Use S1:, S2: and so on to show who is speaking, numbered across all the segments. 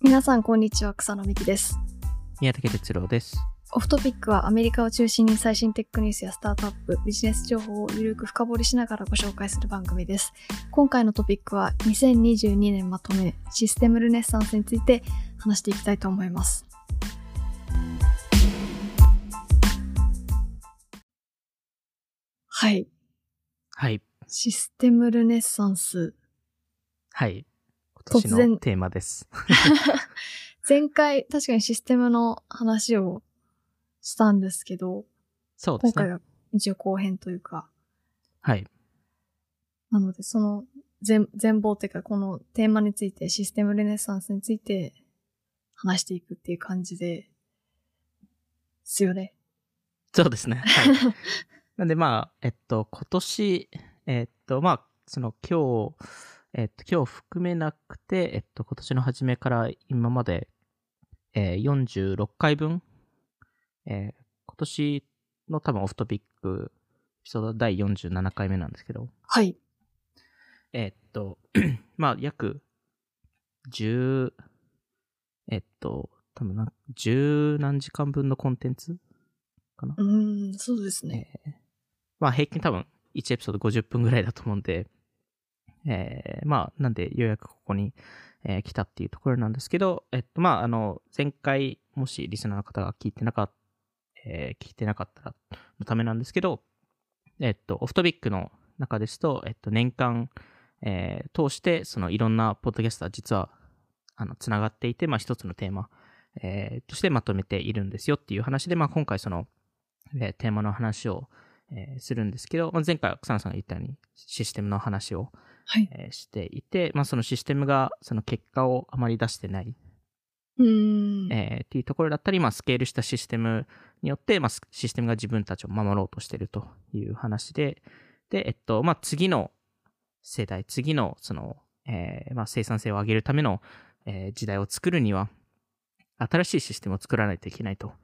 S1: 皆さんこんにちは草野美希です
S2: 宮武哲郎です。
S1: オフトピックはアメリカを中心に最新テックニュースやスタートアップビジネス情報をゆるく深掘りしながらご紹介する番組です今回のトピックは2022年まとめシステムルネッサンスについて話していきたいと思いますはい
S2: はい。
S1: システムルネッサンス
S2: はい。今
S1: 突然
S2: 年のテーマです。
S1: 前回確かにシステムの話をしたんですけど、
S2: そうで
S1: 今
S2: す
S1: 回
S2: ね。
S1: は一応後編というか、
S2: はい。
S1: なのでその全全貌というかこのテーマについてシステムルネサンスについて話していくっていう感じで、すよね。
S2: そうですね。 はい。なんでまあ、えっと、今年、えっと、まあ、その今日、えっと、今日含めなくて、えっと、今年の初めから今まで、えー、46回分、えー、今年の多分オフトピック、エピソード第47回目なんですけど、
S1: はい。
S2: えーっと、 まあ、約、10、えっと、多分な、10何時間分のコンテンツかな
S1: う、ーん、そうですね。
S2: えーまあ、平均多分、1エピソード50分ぐらいだと思うんで、えーまあ、なんで、ようやくここに、えー来たっていうところなんですけど、えっと、まあ、あの、前回、もしリスナーの方が聞いてなかった、えー聞いてなかったらのためなんですけど、えっと、オフトピックの中ですと、えっと、年間、えー通して、そのいろんなポッドキャスター、実は、あの、つながっていて、まあ、一つのテーマ、えーとしてまとめているんですよっていう話で、まあ、今回、その、えーテーマの話を、えーするんですけど、まあ、前回、草野さんが言ったように、システムの話を、
S1: はい。
S2: えーしていて、まあ、そのシステムが、その結果をあまり出してないう
S1: ーん。
S2: えーっていうところだったり、まあ、スケールしたシステムによって、まあ、スシステムが自分たちを守ろうとしてるという話で、で、えっと、まあ、次の世代、次の、その、えーまあ、生産性を上げるための、えー時代を作るには、新しいシステムを作らないといけないと。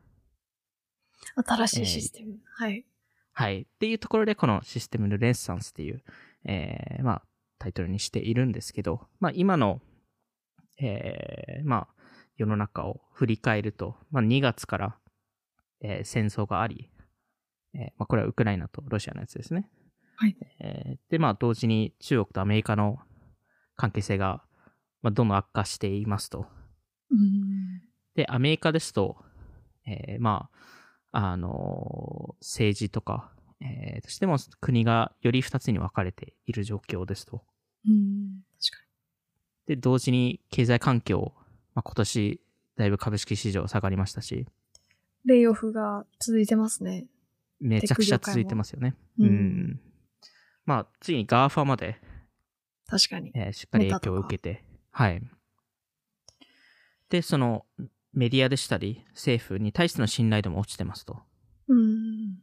S1: 新しいシステム。はい。
S2: はい。っていうところで、このシステムルレッサンスっていう、えーまあ、タイトルにしているんですけど、まあ、今の、えーまあ、世の中を振り返ると、まあ、2月から、えー戦争があり、えーまあ、これはウクライナとロシアのやつですね。
S1: はい
S2: えーで、まあ、同時に中国とアメリカの関係性が、まあ、どんどん悪化していますと。
S1: うーん。
S2: で、アメリカですと、えーまあ、あのー政治とか、えーとしても国がより2つに分かれている状況ですと。
S1: うーん。確か
S2: で、同時に経済環境、まあ、今年、だいぶ株式市場下がりましたし、
S1: に。レイオフが続いてますね。
S2: めちゃくちゃ続いてますよね。
S1: テック業界もうん
S2: んまあ、ついに GAFA まで、
S1: 確かに。
S2: えーしっかり影響を受けて、はい。で、その、メディアでしたり、政府に対しての信頼度も落ちてますと。
S1: うーん。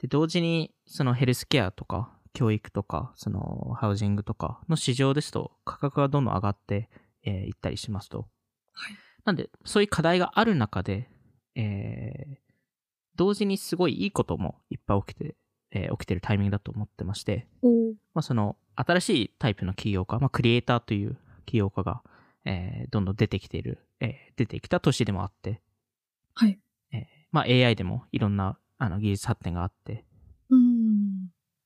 S2: で、同時に、そのヘルスケアとか、教育とか、そのハウジングとかの市場ですと、価格がどんどん上がってい、えーいったりしますと。
S1: はい
S2: なんで、そういう課題がある中で、えー同時にすごいいいこともいっぱい起きて、えー起きてるタイミングだと思ってまして、
S1: おー
S2: まあ、その、新しいタイプの起業家、まあ、クリエイターという起業家が、えーどんどん出てきている、えー出てきた年でもあって、
S1: はい。
S2: えーまあ、AI でもいろんなあの技術発展があって、
S1: うーん。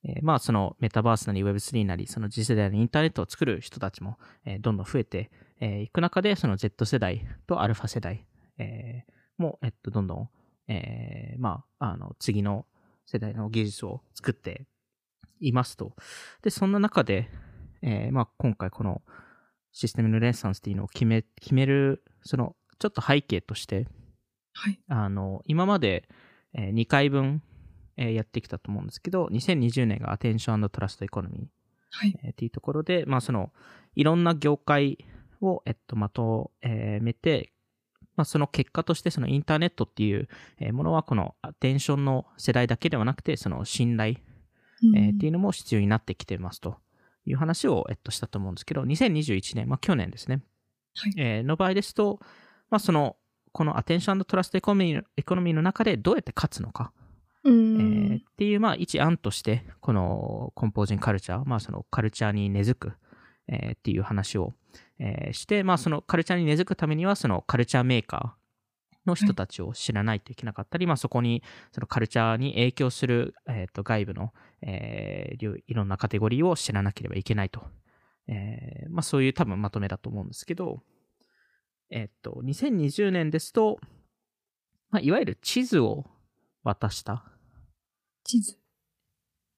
S2: えーまあそのメタバースなり Web3 なりその次世代のインターネットを作る人たちも、えーどんどん増えてえーいく中でその Z 世代とアルファ世代、えーも、えっと、どんどん、えーまあ、あの次の世代の技術を作っていますと。で、そんな中で、えーまあ、今回このシステムのレッサンスっていうのを決め決めるそのちょっと背景として、
S1: はい。
S2: あの、今まで、え2回分、えーやってきたと思うんですけど、2020年がアテンショントラストエコノミ
S1: はい。
S2: ー、えーっていうところで、まあその、いろんな業界を、えっと、まとえーめて、まあその結果として、そのインターネットっていうえーものは、このアテンションの世代だけではなくて、その信頼、
S1: うん
S2: えーっていうのも必要になってきてますという話を、えっと、したと思うんですけど、2021年、まあ、去年ですね、
S1: はい
S2: えーの場合ですと、まあ、その、このアテンショントラストエコノミーのエコノミーの中でどうやって勝つのか、
S1: う
S2: えーっ
S1: ん。
S2: ていう、まあ、一案として、このコンポージンカルチャー、まあ、そのカルチャーに根付く、えーっていう話を、えーして、まあ、そのカルチャーに根付くためには、そのカルチャーメーカーの人たちを知らないといけなかったり、まあ、そこに、そのカルチャーに影響する、えーと外部の、えー領いろんなカテゴリーを知らなければいけないと。えーまあ、そういう多分まとめだと思うんですけど、えっと、2020年ですと、まあ、いわゆる地図を渡した。
S1: 地図。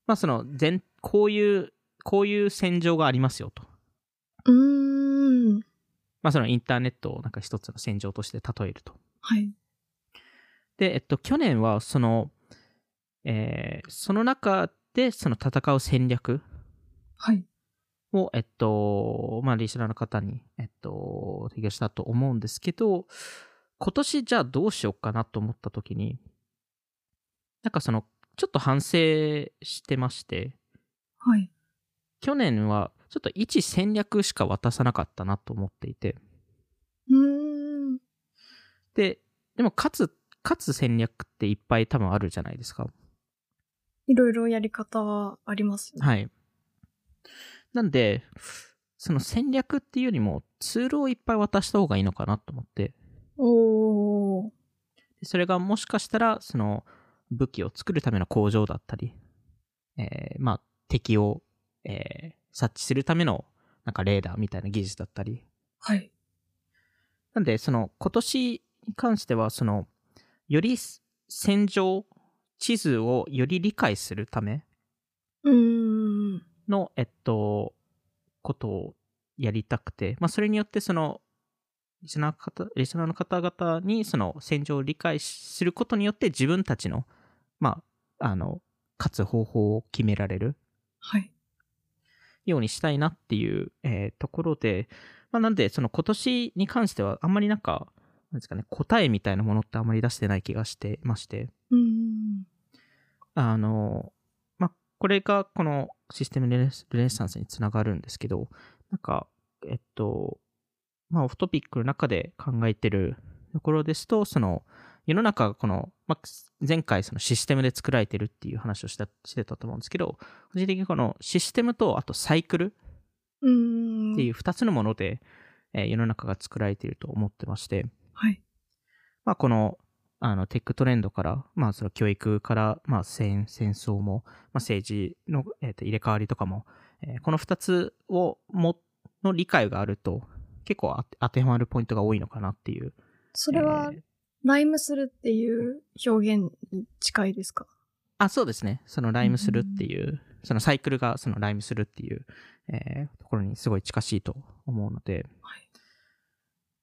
S2: まあ、その、全、こういう、こういう戦場がありますよと。
S1: うーん。
S2: まあ、そのインターネットをなんか一つの戦場として例えると。
S1: はい。
S2: で、えっと、去年はその、えーその中でその戦う戦略
S1: はい。
S2: を、えっと、まあ、リスナーの方に、えっと、提供したと思うんですけど、今年じゃあどうしようかなと思った時に、なんかその、ちょっと反省してまして、
S1: はい。
S2: 去年はちょっと一戦略しか渡さなかったなと思っていて、
S1: うーん。
S2: で、でも、かつ、かつ戦略っていっぱい多分あるじゃないですか。
S1: いろいろやり方はありますね。
S2: はい。なんで、その戦略っていうよりもツールをいっぱい渡した方がいいのかなと思って、
S1: おー。
S2: それがもしかしたら、その武器を作るための工場だったり、えーまあ敵を、えー察知するためのなんかレーダーみたいな技術だったり、
S1: はい。
S2: なんで、その、今年に関しては、その、より戦場、地図をより理解するため
S1: うーん。
S2: の、えっと、ことをやりたくて、まあ、それによって、その、リスナーの方、リスナーの方々に、その、戦場を理解することによって、自分たちの、まあ、あの、勝つ方法を決められる
S1: はい。
S2: ようにしたいなっていう、えーところで、まあ、なんで、その今年に関しては、あんまりなんか、なんですかね、答えみたいなものってあんまり出してない気がしてまして、
S1: うーん。
S2: あの、まあ、これがこのシステムルネルネッサンスにつながるんですけど、なんか、えっと、まあ、オフトピックの中で考えてるところですと、その、世の中がこの、まあ、前回そのシステムで作られてるっていう話をしたしてたと思うんですけど、個人的にこのシステムと、あとサイクル
S1: うーん。。
S2: っていうう2つのもので、えー世の中が作られていると思ってまして、
S1: はい。
S2: まあ、このあのテックトレンドから、まあ、その教育から、まあ、戦戦争も、まあ、政治の、えーと入れ替わりとかも、えーこの2つをもの理解があると結構あ当てはまるポイントが多いのかなっていう。
S1: それは
S2: えー
S1: ライムするっていう表現に近いですか
S2: あ、そうですね。そのライムするっていう、そのサイクルがそのライムするっていう、えーところにすごい近しいと思うので。
S1: はい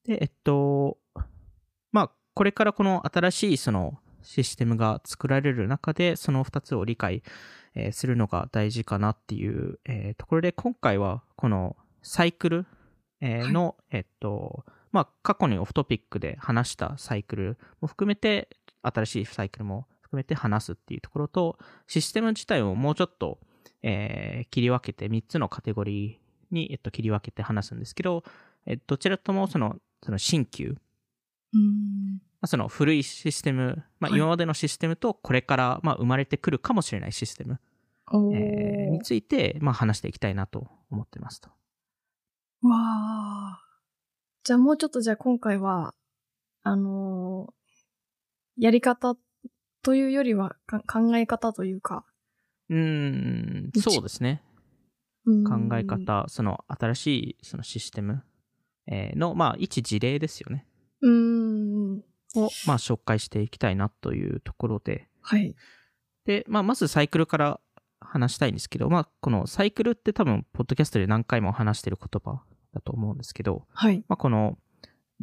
S2: で、えっと、まあ、これからこの新しいそのシステムが作られる中で、その2つを理解、えーするのが大事かなっていう、えーところで、今回はこのサイクル、えーの、えっと、まあ、過去にオフトピックで話したサイクルも含めて、新しいサイクルも含めて話すっていうところと、システム自体をもうちょっと、えー切り分けて3つのカテゴリーに、えっと、切り分けて話すんですけど、えどちらともその、その新旧、
S1: うーん。
S2: まあ、その古いシステム、まあ、
S1: はい
S2: 今までのシステムとこれから、まあ、生まれてくるかもしれないシステム、
S1: おー。
S2: えーについて、まあ、話していきたいなと思ってますと。
S1: わあ。じゃあもうちょっとじゃあ今回は、あのーやり方というよりはか考え方というか、
S2: うーん、
S1: 一
S2: そうですね。
S1: うーん
S2: 考え。方、その新しいそのシステムえーの、まあ、一事例ですよね。
S1: うーん。
S2: を、まあ、紹介していきたいなというところで、
S1: はい。
S2: で、まあ、まずサイクルから話したいんですけど、まあ、このサイクルって多分、ポッドキャストで何回も話してる言葉だと思うんですけど、
S1: はい。
S2: まあ、この、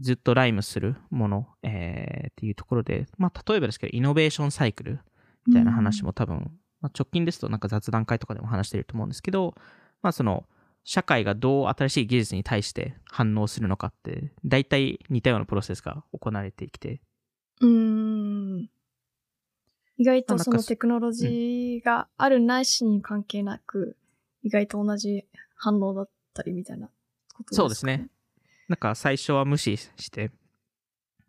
S2: ずっとライムするもの、えーっていうところで、まあ、例えばですけど、イノベーションサイクルみたいな話も多分、まあ、直近ですとなんか雑談会とかでも話してると思うんですけど、まあ、その、社会がどう新しい技術に対して反応するのかって、大体似たようなプロセスが行われてきて、
S1: うん。うーん。意外とそ
S2: なん
S1: の
S2: かそ
S1: テクノロジーがあるないしに関係なく、意外と同じ反応だったりみたいなこと
S2: そうですね。なんか最初は無視して、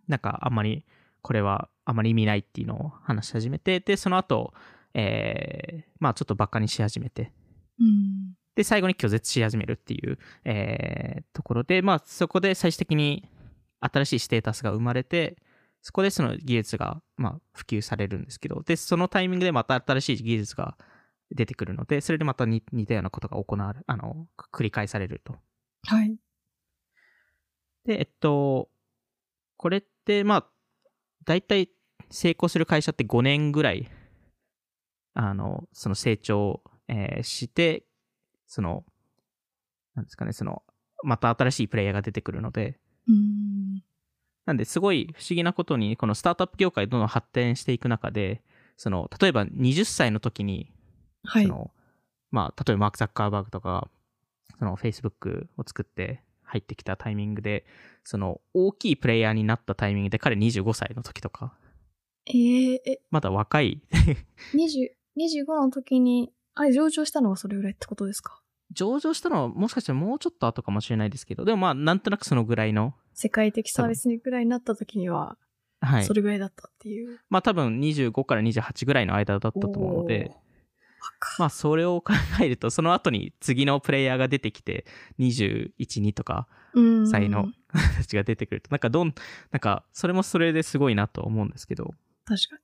S2: なんかあんまり、これはあまり意味ないっていうのを話し始めて、で、その後、えーまあちょっとバカにし始めて、
S1: うん。
S2: で、最後に拒絶し始めるっていう、えーところで、まあ、そこで最終的に新しいステータスが生まれて、そこでその技術が、まあ、普及されるんですけど、で、そのタイミングでまた新しい技術が出てくるので、それでまたに似たようなことが行われ、あの、繰り返されると。
S1: はい。
S2: で、えっと、これって、まあ、大体成功する会社って5年ぐらい、あの、その成長、えーして、その、なんですかね、その、また新しいプレイヤーが出てくるので、
S1: うーん。
S2: なんで、すごい不思議なことに、このスタートアップ業界どんどん発展していく中で、その、例えば20歳の時に、
S1: はい
S2: そ。のまあ、例えばマーク・ザッカーバーグとかその Facebook を作って入ってきたタイミングでその大きいプレイヤーになったタイミングで彼25歳の時とか
S1: えー、え、
S2: まだ若い
S1: 20 25の時に、あれ、上場したのはそれぐらいってことですか
S2: 上場したのはもしかしたらもうちょっと後かもしれないですけどでもまあなんとなくそのぐらいの
S1: 世界的サービスぐらいになった時には、
S2: はい
S1: それぐらいだったっていう。
S2: まあ多分25から28ぐらいの間だったと思うので
S1: おー若
S2: まあそれを考えるとその後に次のプレイヤーが出てきて212とか
S1: うん
S2: 才能たちが出てくるとなんかどんなんかそれもそれですごいなと思うんですけど
S1: 確か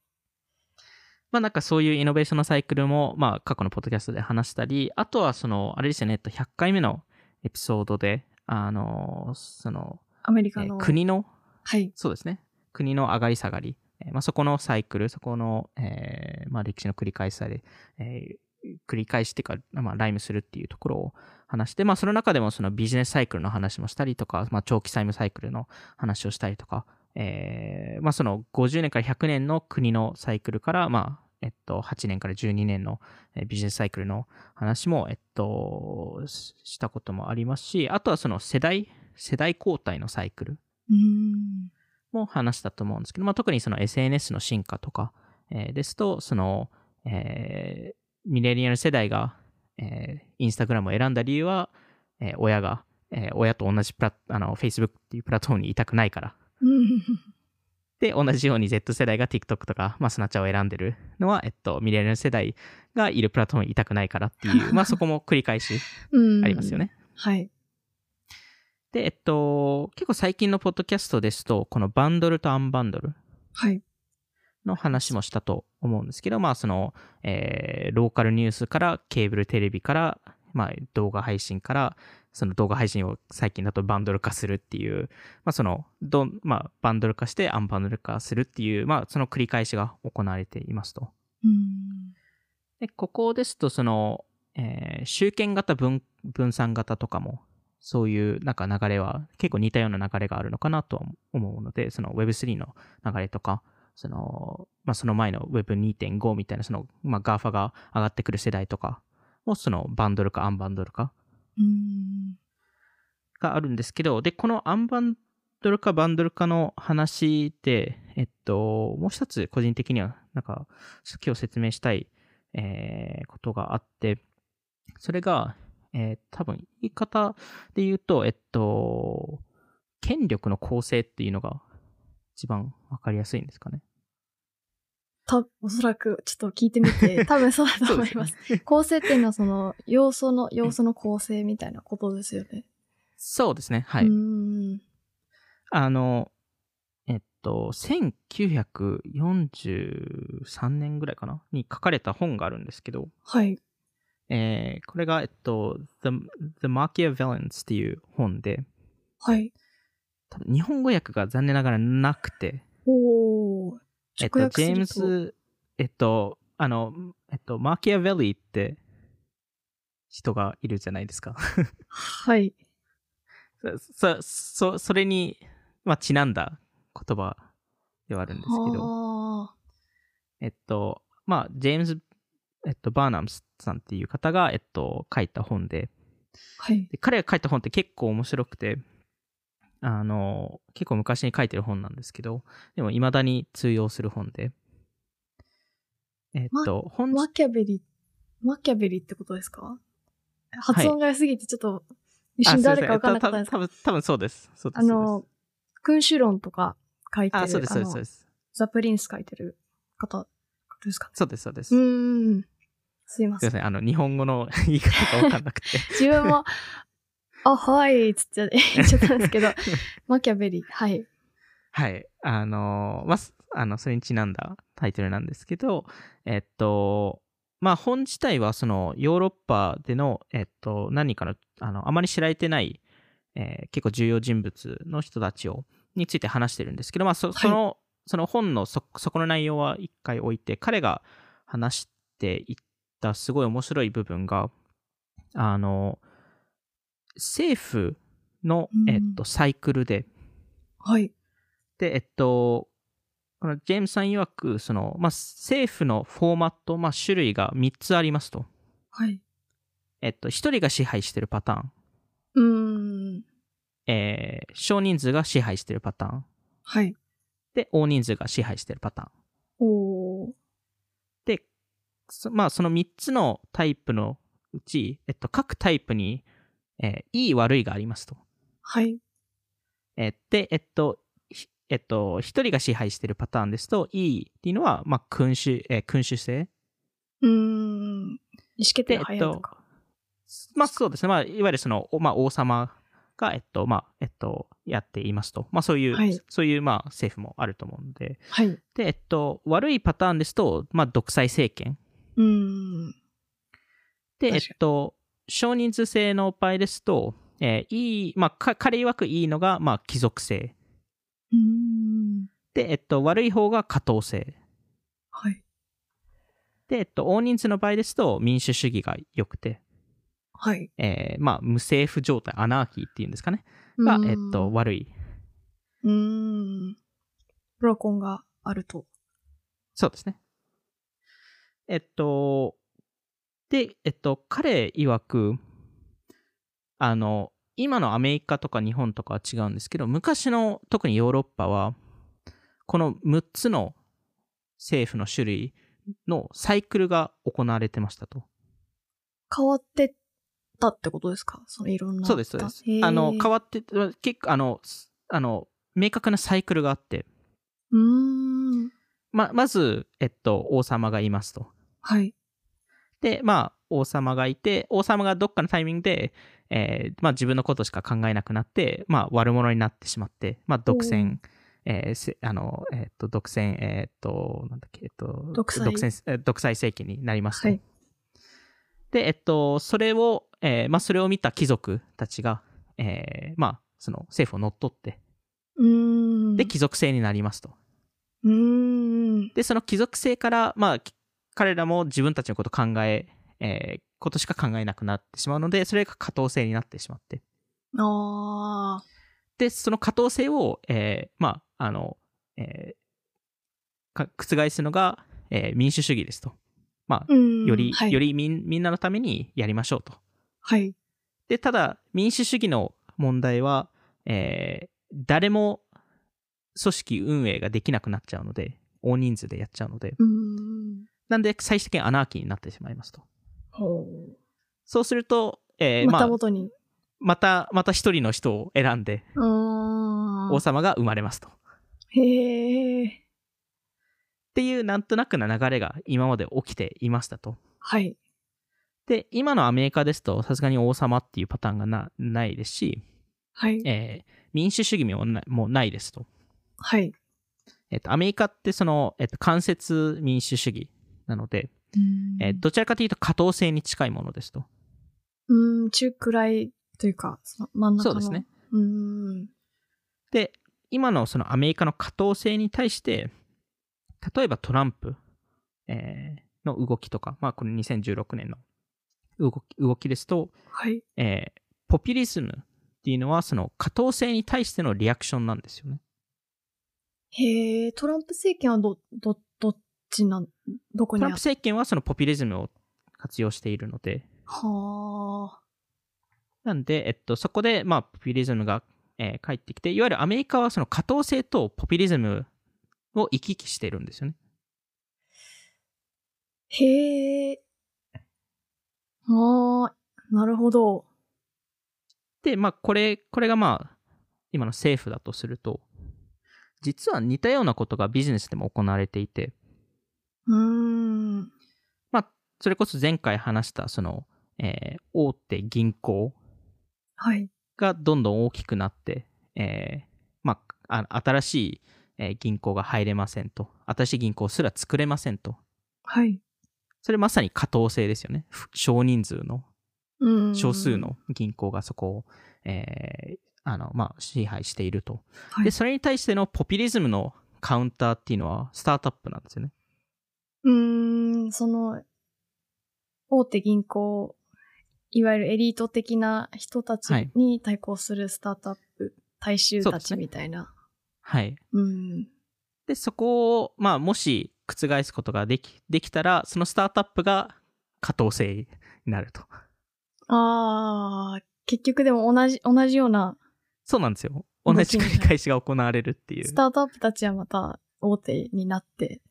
S2: まあなんかそういうイノベーションのサイクルも、まあ過去のポッドキャストで話したり、あとはその、あれですよね、えっと100回目のエピソードで、あの、その、
S1: に。アメリ
S2: え
S1: カの。
S2: ー国の、
S1: はい。
S2: そうですね、国の上がり下がり、えーまあそこのサイクル、そこの、えーまあ歴史の繰り返しさで、えー繰り返しっていうか、まあライムするっていうところを話して、まあその中でもそのビジネスサイクルの話もしたりとか、まあ長期債務サイクルの話をしたりとか、えーまあ、その50年から100年の国のサイクルから、まあえっと、8年から12年のえービジネスサイクルの話も、えっと、ししたこともありますし、あとはその世代、世代交代のサイクル
S1: うーん。
S2: も話したと思うんですけど、まあ、特にその SNS の進化とか、えーですと、その、えーミレニアル世代が、えーインスタグラムを選んだ理由は、えー親が、えー親と同じプラあの Facebook っていうプラットフォームにいたくないから
S1: うん
S2: で、同じように Z 世代が TikTok とか、まあ、スナチャを選んでるのは、えっと、ミレニアル世代がいるプラットフォームにいたくないからっていう、まあ、そこも繰り返し
S1: うん
S2: ありますよ。ね。
S1: はい。
S2: で、えっと、結構最近のポッドキャストですと、このバンドルとアンバンドル
S1: はい。
S2: の話もしたと思うんですけど、まあ、その、えーローカルニュースから、ケーブルテレビから、まあ、動画配信から、その動画配信を最近だとバンドル化するっていう、まあ、その、どん、まあ、バンドル化してアンバンドル化するっていう、まあ、その繰り返しが行われていますと。
S1: うん。
S2: で、ここですと、その、えー集権型分、分散型とかも、そういうなんか流れは、結構似たような流れがあるのかなとは思うので、その Web3 の流れとか、その、まあ、その前の Web2.5 みたいな、その、まあ、GAFA が上がってくる世代とかも、そのバンドルかアンバンドルか
S1: うん。
S2: があるんですけど、で、このアンバンドルかバンドルかの話で、えっと、もう一つ個人的には、なんか、今日説明したい、えーことがあって、それが、えー多分言い方で言うと、えっと、権力の構成っていうのが一番わかりやすいんですかね。
S1: た、おそらく、ちょっと聞いてみて、多分そうだと思い
S2: よ
S1: ま
S2: ね
S1: す。構成っていうのは、その、要素の、要素の構成みたいなことですよね。
S2: そうですね。はい。
S1: うーん。
S2: あの、えっと、1943年ぐらいかなに書かれた本があるんですけど、
S1: はい。
S2: えーこれが、えっと、The, The Machiavellians っていう本で、
S1: はい。
S2: 多分日本語訳が残念ながらなくて、
S1: おー。
S2: えっと、
S1: 直訳す
S2: ジェーム
S1: ると
S2: ズ、えっと、あの、えっと、マキアヴェリーって人がいるじゃないですか。
S1: はい。
S2: そ、そ、それに、まあ、ちなんだ言葉ではあるんですけど、
S1: あ
S2: えっと、まあ、ジェームズ、えっと、バーナムスさんっていう方が、えっと、書いた本で、
S1: ーはい。
S2: で彼が書いた本って結構面白くてあの結構昔に書いてる本なんですけどでも未だに通用する本でえっと本
S1: マキャベリ、マキャベリってことですか発音が良すぎて、ちょっと、一
S2: あ
S1: 瞬
S2: すいませ
S1: 誰か分かんなかったんで
S2: た
S1: すけ
S2: た
S1: ど、
S2: ぶん多分そうですそうです
S1: あの、君主論とか書いてる、
S2: あそうですそうです
S1: あ
S2: そう
S1: の
S2: です
S1: ザ・プリンス書いてる方ですかね。
S2: そうですそうですそうです
S1: うーん。すいます
S2: い
S1: せん
S2: ません、あの、日本語の言い方がわかんなくて。
S1: 自分も、あ、はい、つって言っちゃ ったんですけ ど、マキャベリー、はい。
S2: はい。あのーまあす、あの、それにちなんだタイトルなんですけど、えっと、まあ、本自体は、その、ヨーロッパでの、えっと、何かの、あの、あまり知られてない、えー結構重要人物の人たちを、について話してるんですけど、まあ、そ
S1: はい
S2: その、その本のそ、そこの内容は一回置いて、彼が話していったすごい面白い部分が、あの、政府の
S1: う、ん
S2: えっと、サイクルで、
S1: はい。
S2: で、えっと、このジェームスさん曰く、その、まあ、政府のフォーマット、まあ、種類が3つありますと。
S1: はい。
S2: えっと、1人が支配してるパターン、
S1: うーん。
S2: えー少人数が支配してるパターン、
S1: はい。
S2: で、大人数が支配してるパターン。
S1: おー。
S2: で、そまあ、その3つのタイプのうち、えっと、各タイプに、えーいい悪いがありますと。
S1: はい。
S2: えーで、えっと、ひえっと、1人が支配してるパターンですと、いいっていうのは、まあ、君主、えー君主制。
S1: うーん。意思決定
S2: で
S1: が、
S2: え
S1: 早
S2: っ
S1: いと
S2: と
S1: か。、
S2: まあそうですね、まあ、いわゆるその、おまあ、王様が、えっと、まあ、えっと、やっていますと。まあそういう、
S1: はい
S2: そういう、まあ政府もあると思うんで。
S1: はい。う
S2: で、えっと、悪いパターンですと、まあ独裁政権。
S1: ーん。
S2: で、えっ
S1: 確かに
S2: と、少人数制の場合ですと、えーいい、まあか彼曰くいいのが、まあ貴族制。
S1: うーん。
S2: で、えっと、悪い方が下等制。
S1: はい。
S2: で、えっと、大人数の場合ですと、民主主義が良くて、
S1: はい。
S2: えーまあ無政府状態、アナーキーっていうんですかね。が
S1: う、ーん
S2: えっと、。悪い。
S1: うーん。プロコンがあると。
S2: そうですね。えっと、で、えっと、彼曰く、あの、今のアメリカとか日本とかは違うんですけど、昔の特にヨーロッパは、この6つの政府の種類のサイクルが行われてましたと。
S1: 変わってったってことですかそのいろんな。
S2: そうです、そうです
S1: へ。ー
S2: あの、変わって、結構、あの、すあの、明確なサイクルがあって、
S1: うーん。
S2: ま、まず、えっと、王様がいますと。
S1: はい。
S2: で、まあ、王様がいて、王様がどっかのタイミングで、えーまあ、自分のことしか考えなくなって、まあ、悪者になってしまって、まあ、独占、えーせあの、えっと、独占、えっと、なんだっけ、えっと、
S1: 独裁
S2: 占えー独裁政権になりますと。
S1: はい。
S2: で、えっと、それを、えーまあ、それを見た貴族たちが、えーまあ、その政府を乗っ取って、
S1: うーん。
S2: で、貴族制になりますと。
S1: うーん。
S2: で、その貴族性から、まあ、き彼らも自分たちのこと考え、えーことしか考えなくなってしまうので、それが下等性になってしまって。
S1: ああ。
S2: で、その下等性を、えーまあ、あの、えーか覆すのが、えー民主主義ですと。まあ、
S1: うん。
S2: より、
S1: はい、
S2: よりみんみんなのためにやりましょうと。
S1: はい。
S2: で、ただ、民主主義の問題は、えー誰も組織運営ができなくなっちゃうので、大人数でやっちゃうので、
S1: うーん。
S2: なんで最終的にアナーキーになってしまいますと。
S1: ほ
S2: そうすると、え
S1: う。
S2: ー
S1: ま
S2: ま
S1: た
S2: あ、
S1: 元に。
S2: また、また一人の人を選んで、
S1: うーん。
S2: 王様が生まれますと。っ
S1: へえ。
S2: ていう、なんとなくな流れが今まで起きていましたと。
S1: はい。
S2: で、今のアメリカですと、さすがに王様っていうパターンがなないですし、
S1: はい。
S2: えー民主主義もなもうないですと。
S1: はい。
S2: えっと、アメリカってその、えっと、間接民主主義なので、えーどちらかというと、下等性に近いものですと。
S1: うん、うん中くらいというか、その真ん中
S2: そ
S1: の。
S2: うですね。。
S1: うーん。
S2: で、今のそのアメリカの下等性に対して、例えばトランプ、えーの動きとか、まあ、この2016年の動き動きですと、
S1: はい。
S2: えーポピュリズムっていうのは、その下等性に対してのリアクションなんですよね。
S1: へえ、トランプ政権はど、ど、どっちなん、どこ
S2: ト
S1: に
S2: ランプ
S1: あ
S2: 政権はそのポピュリズムを活用しているので、
S1: はあ。
S2: なんで、えっと、そこで、まあ、ポピュリズムが、えー返ってきて、いわゆるアメリカはその下等性とポピュリズムを行き来してるんですよね。
S1: へえ。ああ、なるほど。
S2: で、まあ、これ、これがまあ、今の政府だとすると、実は似たようなことがビジネスでも行われていて、
S1: うーん。
S2: まあ、それこそ前回話した、その、えー大手銀行
S1: はい。
S2: がどんどん大きくなって、えーまあ、あ新しいえー銀行が入れませんと。新しい銀行すら作れませんと。
S1: はい。
S2: それまさに過当性ですよね。ふ少人数の、
S1: うん。
S2: 少数。の銀行がそこを、えーあの、まあ、支配していると。
S1: はい
S2: で、それに対してのポピュリズムのカウンターっていうのはスタートアップなんですよね。
S1: うーん、その、大手銀行、いわゆるエリート的な人たち
S2: はい
S1: に対抗するスタートアップ、大衆
S2: そう
S1: た
S2: です
S1: ち
S2: ね
S1: みたいな。
S2: はい。
S1: うん。
S2: で、そこを、まあ、もし覆すことができ、できたら、そのスタートアップが過当性になると。
S1: ああ、結局でも同じ、同じような、
S2: そうなんですよ。同
S1: 動き
S2: じ繰り返しが行われるっていう
S1: ス。タートアップたちはまた大手になって、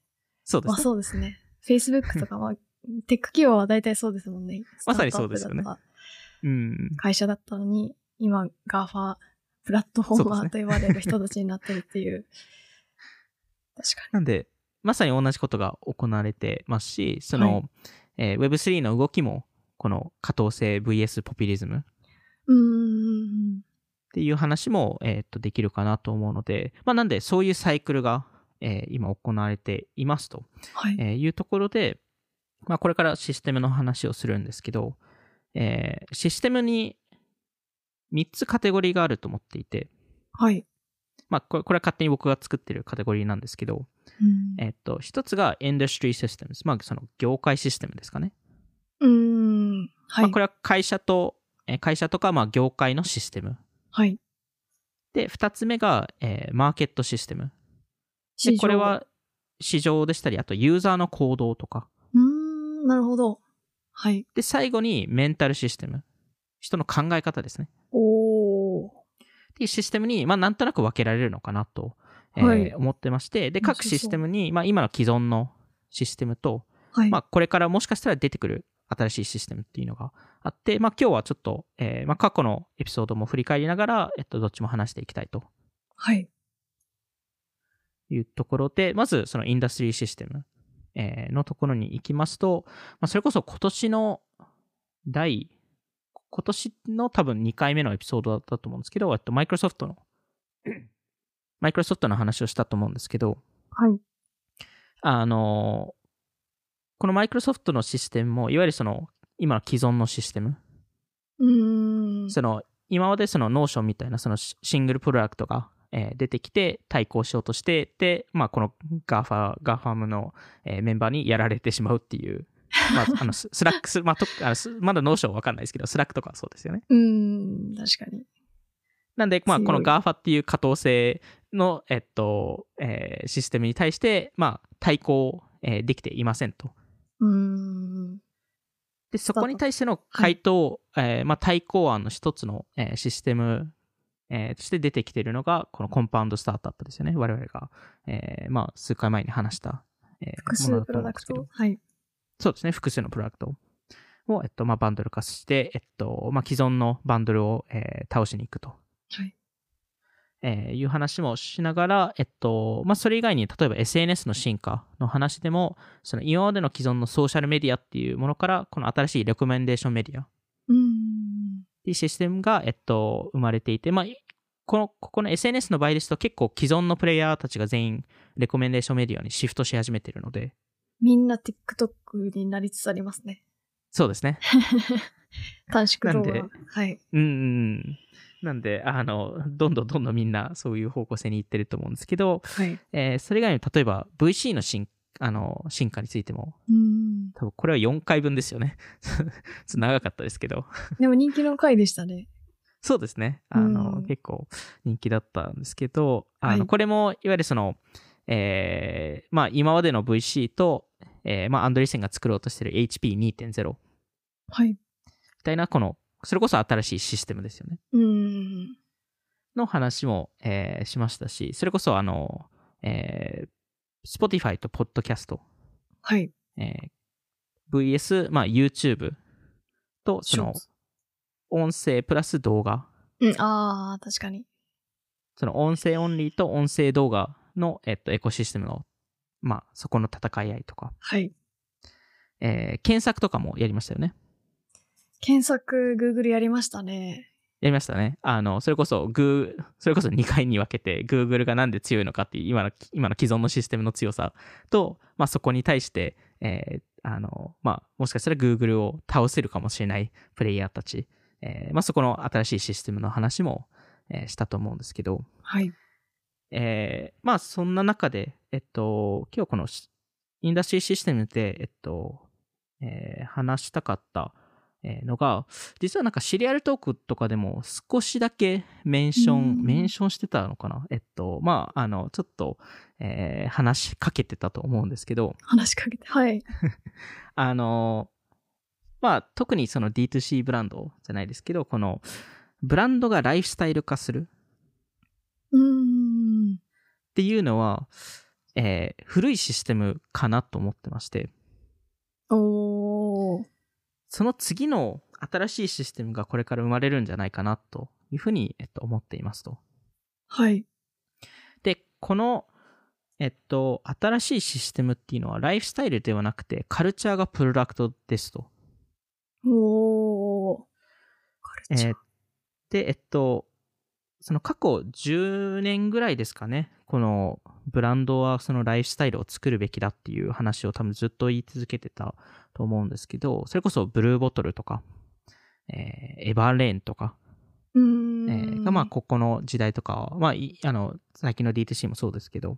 S2: そうで
S1: まあ
S2: すね。
S1: そうですね。Facebook とか、まあ、 テック企業は大体そうですもんね。
S2: まさにそうですよね
S1: スタートアップだった
S2: うん。
S1: 会社だったのに、今、ガーファー、プラットフォーマ
S2: そう
S1: ー
S2: です
S1: と呼ばれる人たちになってるって いう。確かに。
S2: なんで、まさに同じことが行われてますし、その、
S1: は
S2: えー Web3 の動きも、この過当性 VS ポピュリズムっ
S1: うーん。
S2: ていう話も、えーっと、できるかなと思うので、まあ、なんで、そういうサイクルが、えー今行われていますと。
S1: はい。
S2: えーいうところで、まあ、これからシステムの話をするんですけど、えーシステムに3つカテゴリーがあると思っていて、
S1: はい。
S2: まあ、これこれは勝手に僕が作ってるカテゴリーなんですけど、
S1: うん
S2: えっと、1つが Industry Systems、まあ、その業界システムですかね。
S1: うーん。は
S2: まあ、
S1: い
S2: こ。れは会社と、えー会社とか、まあ、業界のシステム。
S1: はい。
S2: で、2つ目が、えーマーケットシステム。
S1: 市
S2: で、
S1: 場
S2: これ。は市場でしたり、あとユーザーの行動とか。
S1: うーん、なるほど。はい。
S2: で、最後にメンタルシステム。人の考え方ですね。
S1: おー。
S2: っていうシステムに、まあ、なんとなく分けられるのかなと、えー
S1: はい
S2: 思ってまして、で、各
S1: 面白そう
S2: システムに、まあ、今の既存のシステムと、
S1: はい。
S2: まあ、これからもしかしたら出てくる新しいシステムっていうのがあって、まあ、今日はちょっと、えーまあ、過去のエピソードも振り返りながら、えっと、どっちも話していきたいと
S1: はい。
S2: いうところで、まず、そのインダストリーシステム、えーのところに行きますと、まあ、それこそ今年の第、今年の多分2回目のエピソードだったと思うんですけど、えっとマイクロソフトの、マイクロソフトの話をしたと思うんですけど、
S1: はい。
S2: あの、このマイクロソフトのシステムも、いわゆるその、今の既存のシステム、
S1: うーん。
S2: その、今までそのノーションみたいなそのシシングルプロダクトが、えー出てきて対抗しようとして、で、まあ、この GAFA、GAFAM の、えーメンバーにやられてしまうっていう、まあ、あのススラックス、まあ、とあのスまだノーションわかんないですけど、スラックとかはそうですよね。
S1: うーん、確かに。
S2: なんで、まあ、
S1: 強い
S2: この GAFA っていう過当性の、えっと、えーシステムに対して、まあ、対抗、えーできていませんと。
S1: うーん。
S2: で、そこに対しての回答、えーまあ、対抗案の一つの、えーシステム、えーとして出てきているのが、このコンパウンドスタートアップですよね。我々が、えーまあ、数回前に話した、えー
S1: 複
S2: も
S1: 数
S2: のだ
S1: プ
S2: と思
S1: ロ
S2: うん
S1: ダ
S2: で
S1: ク
S2: すけど
S1: ト。はい。
S2: そうですね、複数のプロダクトを、えっとまあ、バンドル化して、えっとまあ、既存のバンドルを、えー倒しに行くと、
S1: はい。
S2: えーいう話もしながら、えっとまあ、それ以外に例えば SNS の進化の話でも、その今までの既存のソーシャルメディアっていうものから、この新しいレコメンデーションメディア、
S1: うーん。
S2: っていうシステムが、えっと、生まれていて、まあ、いこの、ここの SNS の場合ですと結構既存のプレイヤーたちが全員レコメンデーションメディアにシフトし始めてるので、
S1: みんな TikTok になりつつありますね。
S2: そうですね。
S1: 短縮動
S2: なん
S1: 画
S2: で。
S1: はい。
S2: うんうん。なんで、あの、どんどんどんどんみんなそういう方向性に行ってると思うんですけど、
S1: はい。
S2: えーそれ以外にも例えば VC の進あの進化についても、
S1: うーん。
S2: 多分これは4回分ですよね。 ちょっと長かったですけど。
S1: でも人気の回でしたね。
S2: そうですね。あ
S1: う
S2: の、
S1: ん
S2: 結構人気だったんですけど、あの、
S1: はい
S2: これも、いわゆるその、えーまあ、今までの VC と、えーまあ、アンドリーセンが作ろうとしてる HP2.0 み
S1: はい。
S2: たいな、この、それこそ新しいシステムですよね。
S1: うーん。
S2: の話も、えーしましたし、それこそ、あの、えー、Spotify と Podcast、
S1: はい。
S2: えー VS、まあ、YouTube と、その、
S1: シ
S2: 音声プラス動画
S1: うん、あー、確かに。
S2: その音声オンリーと音声動画の、えっと、エコシステムの、まあ、そこの戦い合いとか、
S1: はい。
S2: えー検索とかもやりましたよね。
S1: 検索、Google やりましたね。
S2: やりましたね。あの、それこそ、グー、それこそ2回に分けて、Google がなんで強いのかっていう、今の、今の既存のシステムの強さと、まあそこに対して、えーあの、まあもしかしたら Google を倒せるかもしれないプレイヤーたち、えーまあそこの新しいシステムの話も、えーしたと思うんですけど、
S1: はい。
S2: えーまあそんな中で、えっと、今日このしインダストリーシステムで、えっと、えー話したかったえーのが、実はなんかシリアルトークとかでも少しだけメンショ
S1: う
S2: ン、
S1: ん
S2: メンションしてたのかなえっと、まあ、あの、ちょっと、えー話しかけてたと思うんですけど、
S1: 話しかけて。はい。
S2: あの、まあ、特にその D2C ブランドじゃないですけど、この、ブランドがライフスタイル化する
S1: うーん。
S2: っていうのは、えー古いシステムかなと思ってまして、
S1: おー。
S2: その次の新しいシステムがこれから生まれるんじゃないかなというふうに、えっと、思っていますと。
S1: はい。
S2: で、この、えっと、新しいシステムっていうのはライフスタイルではなくてカルチャーがプロダクトですと。
S1: おー。カルチャー
S2: えーで、えっと、その過去10年ぐらいですかね、このブランドはそのライフスタイルを作るべきだっていう話を多分ずっと言い続けてたと思うんですけど、それこそブルーボトルとか、えーエバーレーンとか、
S1: う
S2: え
S1: ー
S2: ー
S1: ん。
S2: がまあここの時代とかは、まあ、いあの最近の D2C もそうですけど、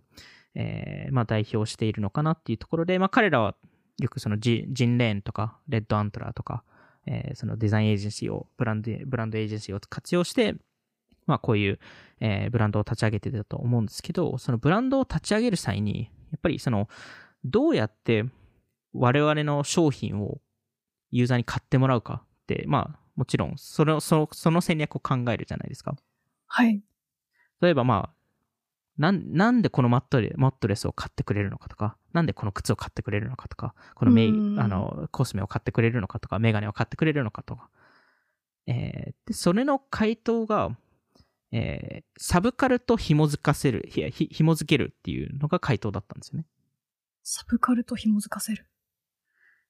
S2: えーまあ、代表しているのかなっていうところで、まあ、彼らはよくそのジジンレーンとかレッドアントラーとか、えーそのデザインエージェンシーをブランドブランドエージェンシーを活用して、まあ、こういう、えーブランドを立ち上げてたと思うんですけどそのブランドを立ち上げる際にやっぱりそのどうやって我々の商品をユーザーに買ってもらうかって、まあ、もちろんそのそのその戦略を考えるじゃないですか。
S1: はい。
S2: 例えばまあ、なんなんでこのマットレマットレスを買ってくれるのかとか、なんでこの靴を買ってくれるのかとか、このメイ
S1: うん
S2: あのコスメを買ってくれるのかとか、メガネを買ってくれるのかとか。えーでそれの回答が、えーサブカルと紐づかせる、ひひ紐づけるっていうのが回答だったんですよね。
S1: サブカルと紐づかせる。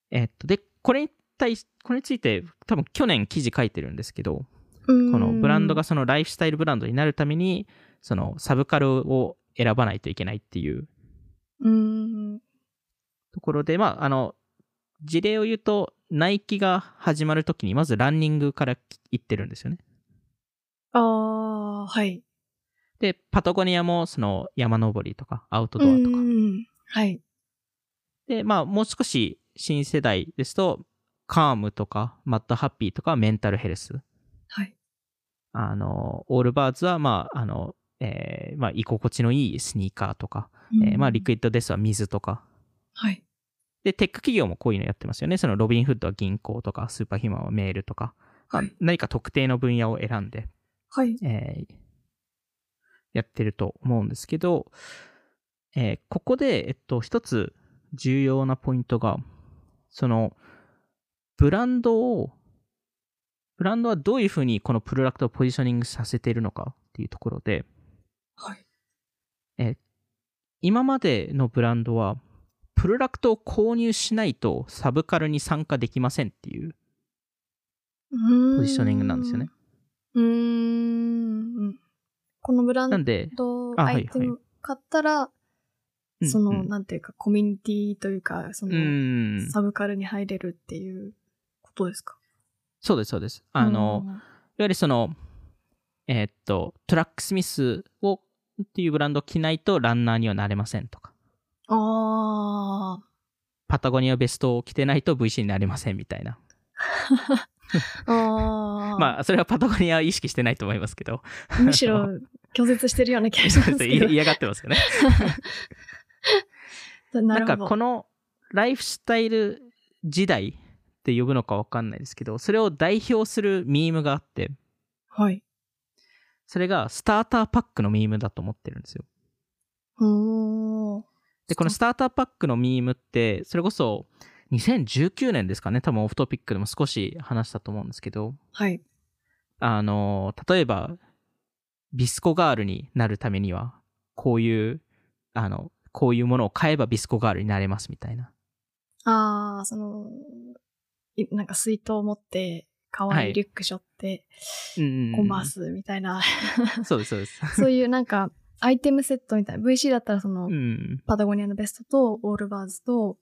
S2: えーっと、で、これに対し、これについて多分去年記事書いてるんですけど、
S1: こ
S2: このブランドが、そのライフスタイルブランドになるためにそのサブカルを選ばないといけないっていう
S1: うーん。
S2: ところでまああの事例を言うとナイキが始まるときにまずランニングから行ってるんですよね
S1: あー、はい。
S2: でパタゴニアもその山登りとかアウトドアと
S1: う
S2: か
S1: ーんはい。
S2: でまあもう少し新世代ですとカームとかマッドハッピーとかメンタルヘルス
S1: はい。
S2: あのオールバーズはまああのえーまあ、居心地のいいスニーカーとか、えーまあ、リク
S1: イ
S2: イッドデスは水とか
S1: はい。
S2: で、テック企業もこういうのやってますよね。そのロビンフッドは銀行とか、スーパーヒューマンはメールとか、ま
S1: は
S2: あ
S1: い、
S2: 何か特定の分野を選んで、
S1: はい。
S2: えーやってると思うんですけど、えーここで、えっと、一つ重要なポイントが、その、ブランドを、ブランドはどういうふうにこのプロダクトをポジショニングさせているのかっていうところで、
S1: はい。
S2: 今までのブランドはプロダクトを購入しないとサブカルに参加できませんっていう
S1: ポ
S2: ポジショニングなんですよね。。
S1: うーん。このブラ
S2: なん
S1: ン
S2: で、
S1: ド
S2: あ
S1: ア
S2: はい
S1: イテム買ったら、
S2: うん
S1: その、
S2: うん
S1: なんていうか、コミュニティというか、そうの、
S2: ん、
S1: サブカルに入れるっていうことですか
S2: そうです、そうです。あの、いわゆるその、えーっと、トラックスミスをっていうブランドを着ないとランナーにはなれませんとか、
S1: うんあ
S2: パタゴニアベストを着てないと VC になれませんみたいな。
S1: ー。あー。
S2: まあ、それはパタゴニアは意識してないと思いますけ ど、
S1: むしろ、拒絶してるような気がし
S2: そう
S1: ま
S2: ですすね
S1: け
S2: い
S1: ど。
S2: 嫌がってますよね。
S1: な
S2: な
S1: る
S2: ん
S1: ほ
S2: か
S1: ど。
S2: このライフスタイル時代って呼ぶのかわかんないですけど、それを代表するミームがあって、
S1: はい。
S2: それがスターターパックのミームだと思ってるんですよ。
S1: おー。
S2: で、このスターターパックのミームって、それこそ2019年ですかね、多分オフトピックでも少し話したと思うんですけど、
S1: はい。
S2: あの、例えば、ビスコガールになるためには、こういう、あの、こういうものを買えばビスコガールになれますみたいな。
S1: ああ、その、いなんか水筒を持って、可愛
S2: はい
S1: いリュック背負って、
S2: うん
S1: コンバー。スみたいな、
S2: そうです、そうです。
S1: そういうなんか、アイテムセットみたいな。VC だったらその、
S2: うん。
S1: パタゴニアのベストと、オールバーズと、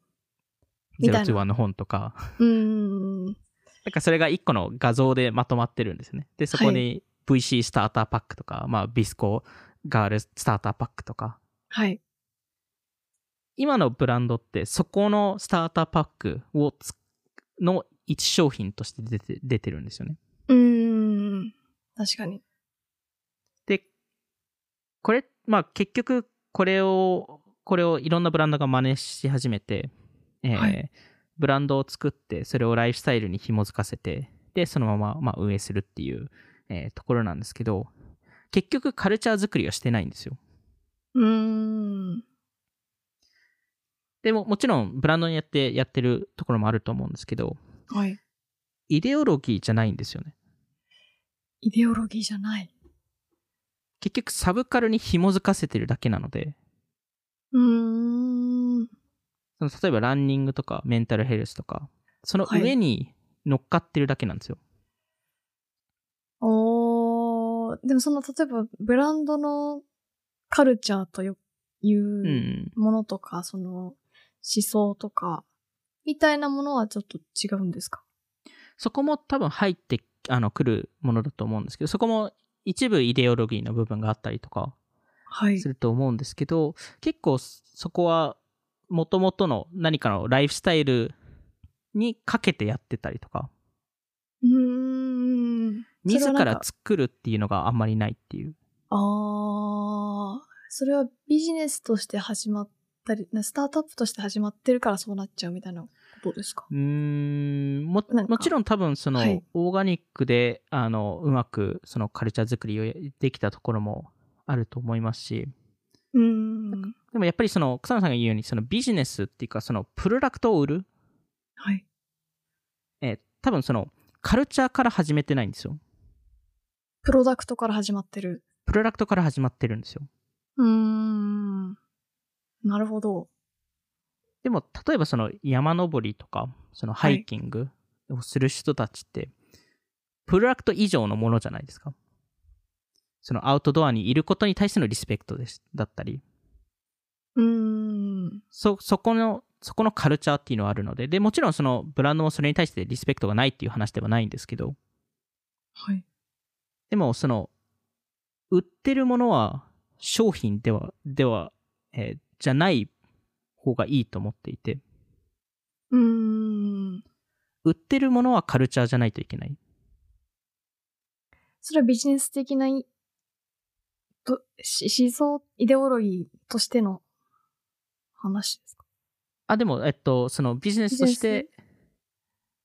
S1: み
S2: ゼ
S1: た
S2: ロ
S1: いな
S2: チュワの本とか。
S1: うーん、
S2: なんかそれが1個の画像でまとまってるんですよね。で、そこ
S1: は
S2: に VC スターターパックとか、まあ、ビスコガールスターターパックとか。
S1: はい。
S2: 今のブランドって、そこのスターターパックをつの一商品として出て出てるんですよね。
S1: うーん、確かに。
S2: で、これ、まあ結局、これを、これをいろんなブランドが真似し始めて、えー
S1: はい
S2: ブランドを作って、それをライフスタイルに紐づかせて、で、そのまま、まあ、運営するっていう、えーところなんですけど、結局カルチャー作りはしてないんですよ。
S1: うーん、
S2: でも、もちろんブランドにやってやってるところもあると思うんですけど、
S1: はい。
S2: イデオロギーじゃないんですよね。
S1: イデオロギーじゃない。
S2: 結局サブカルに紐づかせてるだけなので、
S1: うーん、
S2: その例えばランニングとかメンタルヘルスとか、その上に乗っかってるだけなんですよ。。
S1: おー、でもその、例えば、ブランドのカルチャーとよいううんものとか、その、思想とか、みたいなものはちょっと違うんですか
S2: そこも多分入ってあの来るものだと思うんですけど、そこも一部イデオロギーの部分があったりとか
S1: はい
S2: す。ると思うんですけど、結構そこは元々の何かのライフスタイルにかけてやってたりとか、
S1: うーん。それ
S2: 自
S1: はなん
S2: ら作るっていうのがあんまりないっていう。
S1: ああ、それはビジネスとして始まったり、なスタートアップとして始まってるからそうなっちゃうみたいなことですか
S2: うーんも
S1: なんか
S2: もちろん多分その、
S1: はい
S2: オーガニックであのうまくそのカルチャー作りをできたところもあると思いますし
S1: うーん。
S2: でもやっぱりその草野さんが言うようにそのビジネスっていうかそのプロダクトを売る、
S1: はい。
S2: えー多分そのカルチャーから始めてないんですよ
S1: プロダクトから始まってる。
S2: プロダクトから始まってるんですよ
S1: うーん。なるほど。
S2: でも例えばその山登りとかそのハイキングをする人たちって、プロダクト以上のものじゃないですかそのアウトドアにいることに対してのリスペクトですだったり
S1: うーん。
S2: そ、そこの、そこのカルチャーっていうのはあるので、で、もちろんそのブランドもそれに対してリスペクトがないっていう話ではないんですけど、
S1: はい。
S2: でもその、売ってるものは商品では、では、えーじゃない方がいいと思っていて、
S1: うーん。
S2: 売ってるものはカルチャーじゃないといけない。
S1: それはビジネス的な意とし思想、イデオロギーとしての話ですか
S2: あ、でも、えっと、そのビジネスとして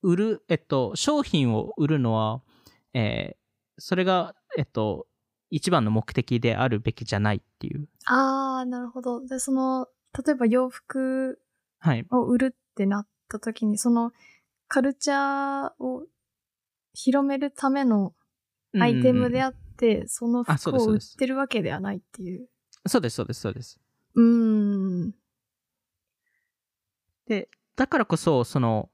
S2: 売る、えっと、商品を売るのは、えーそれが、えっと、一番の目的であるべきじゃないっていう。
S1: ああ、なるほど。で、その、例えば洋服
S2: はい。
S1: を売るってなった時に、そのカルチャーを広めるためのアイテムであって、その
S2: あそう
S1: 服
S2: です
S1: を
S2: そう
S1: 売っ
S2: です
S1: てるわけではないっていう。
S2: そうです、そうです、そうです。
S1: うーん。
S2: で、だからこそ、その、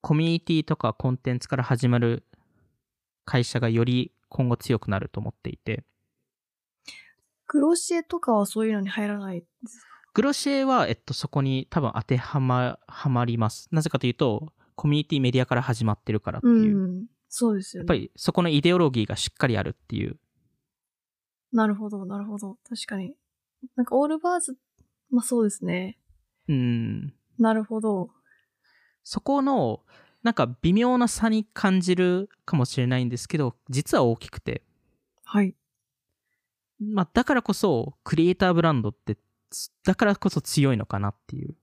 S2: コミュニティとかコンテンツから始まる会社がより今後強くなると思っていて、
S1: クロシエとかはそういうのに入らない。
S2: グロシエは、えっと、そこに多分当てはま、はまります。なぜかというと、コミュニティメディアから始まってるからって
S1: う
S2: いう。や
S1: ん。そうですよ
S2: っぱ
S1: ね。
S2: りそこのイデオロギーがしっかりあるっていう。
S1: なるほど、なるほど。確かに。なんかオールバーズ、まあそうですね。
S2: うん。
S1: なるほど。
S2: そこの、なんか微妙な差に感じるかもしれないんですけど、実は大きくて。
S1: はい。
S2: まあ、だからこそ、クリエイターブランドって、つだからこそ強いのかなっていう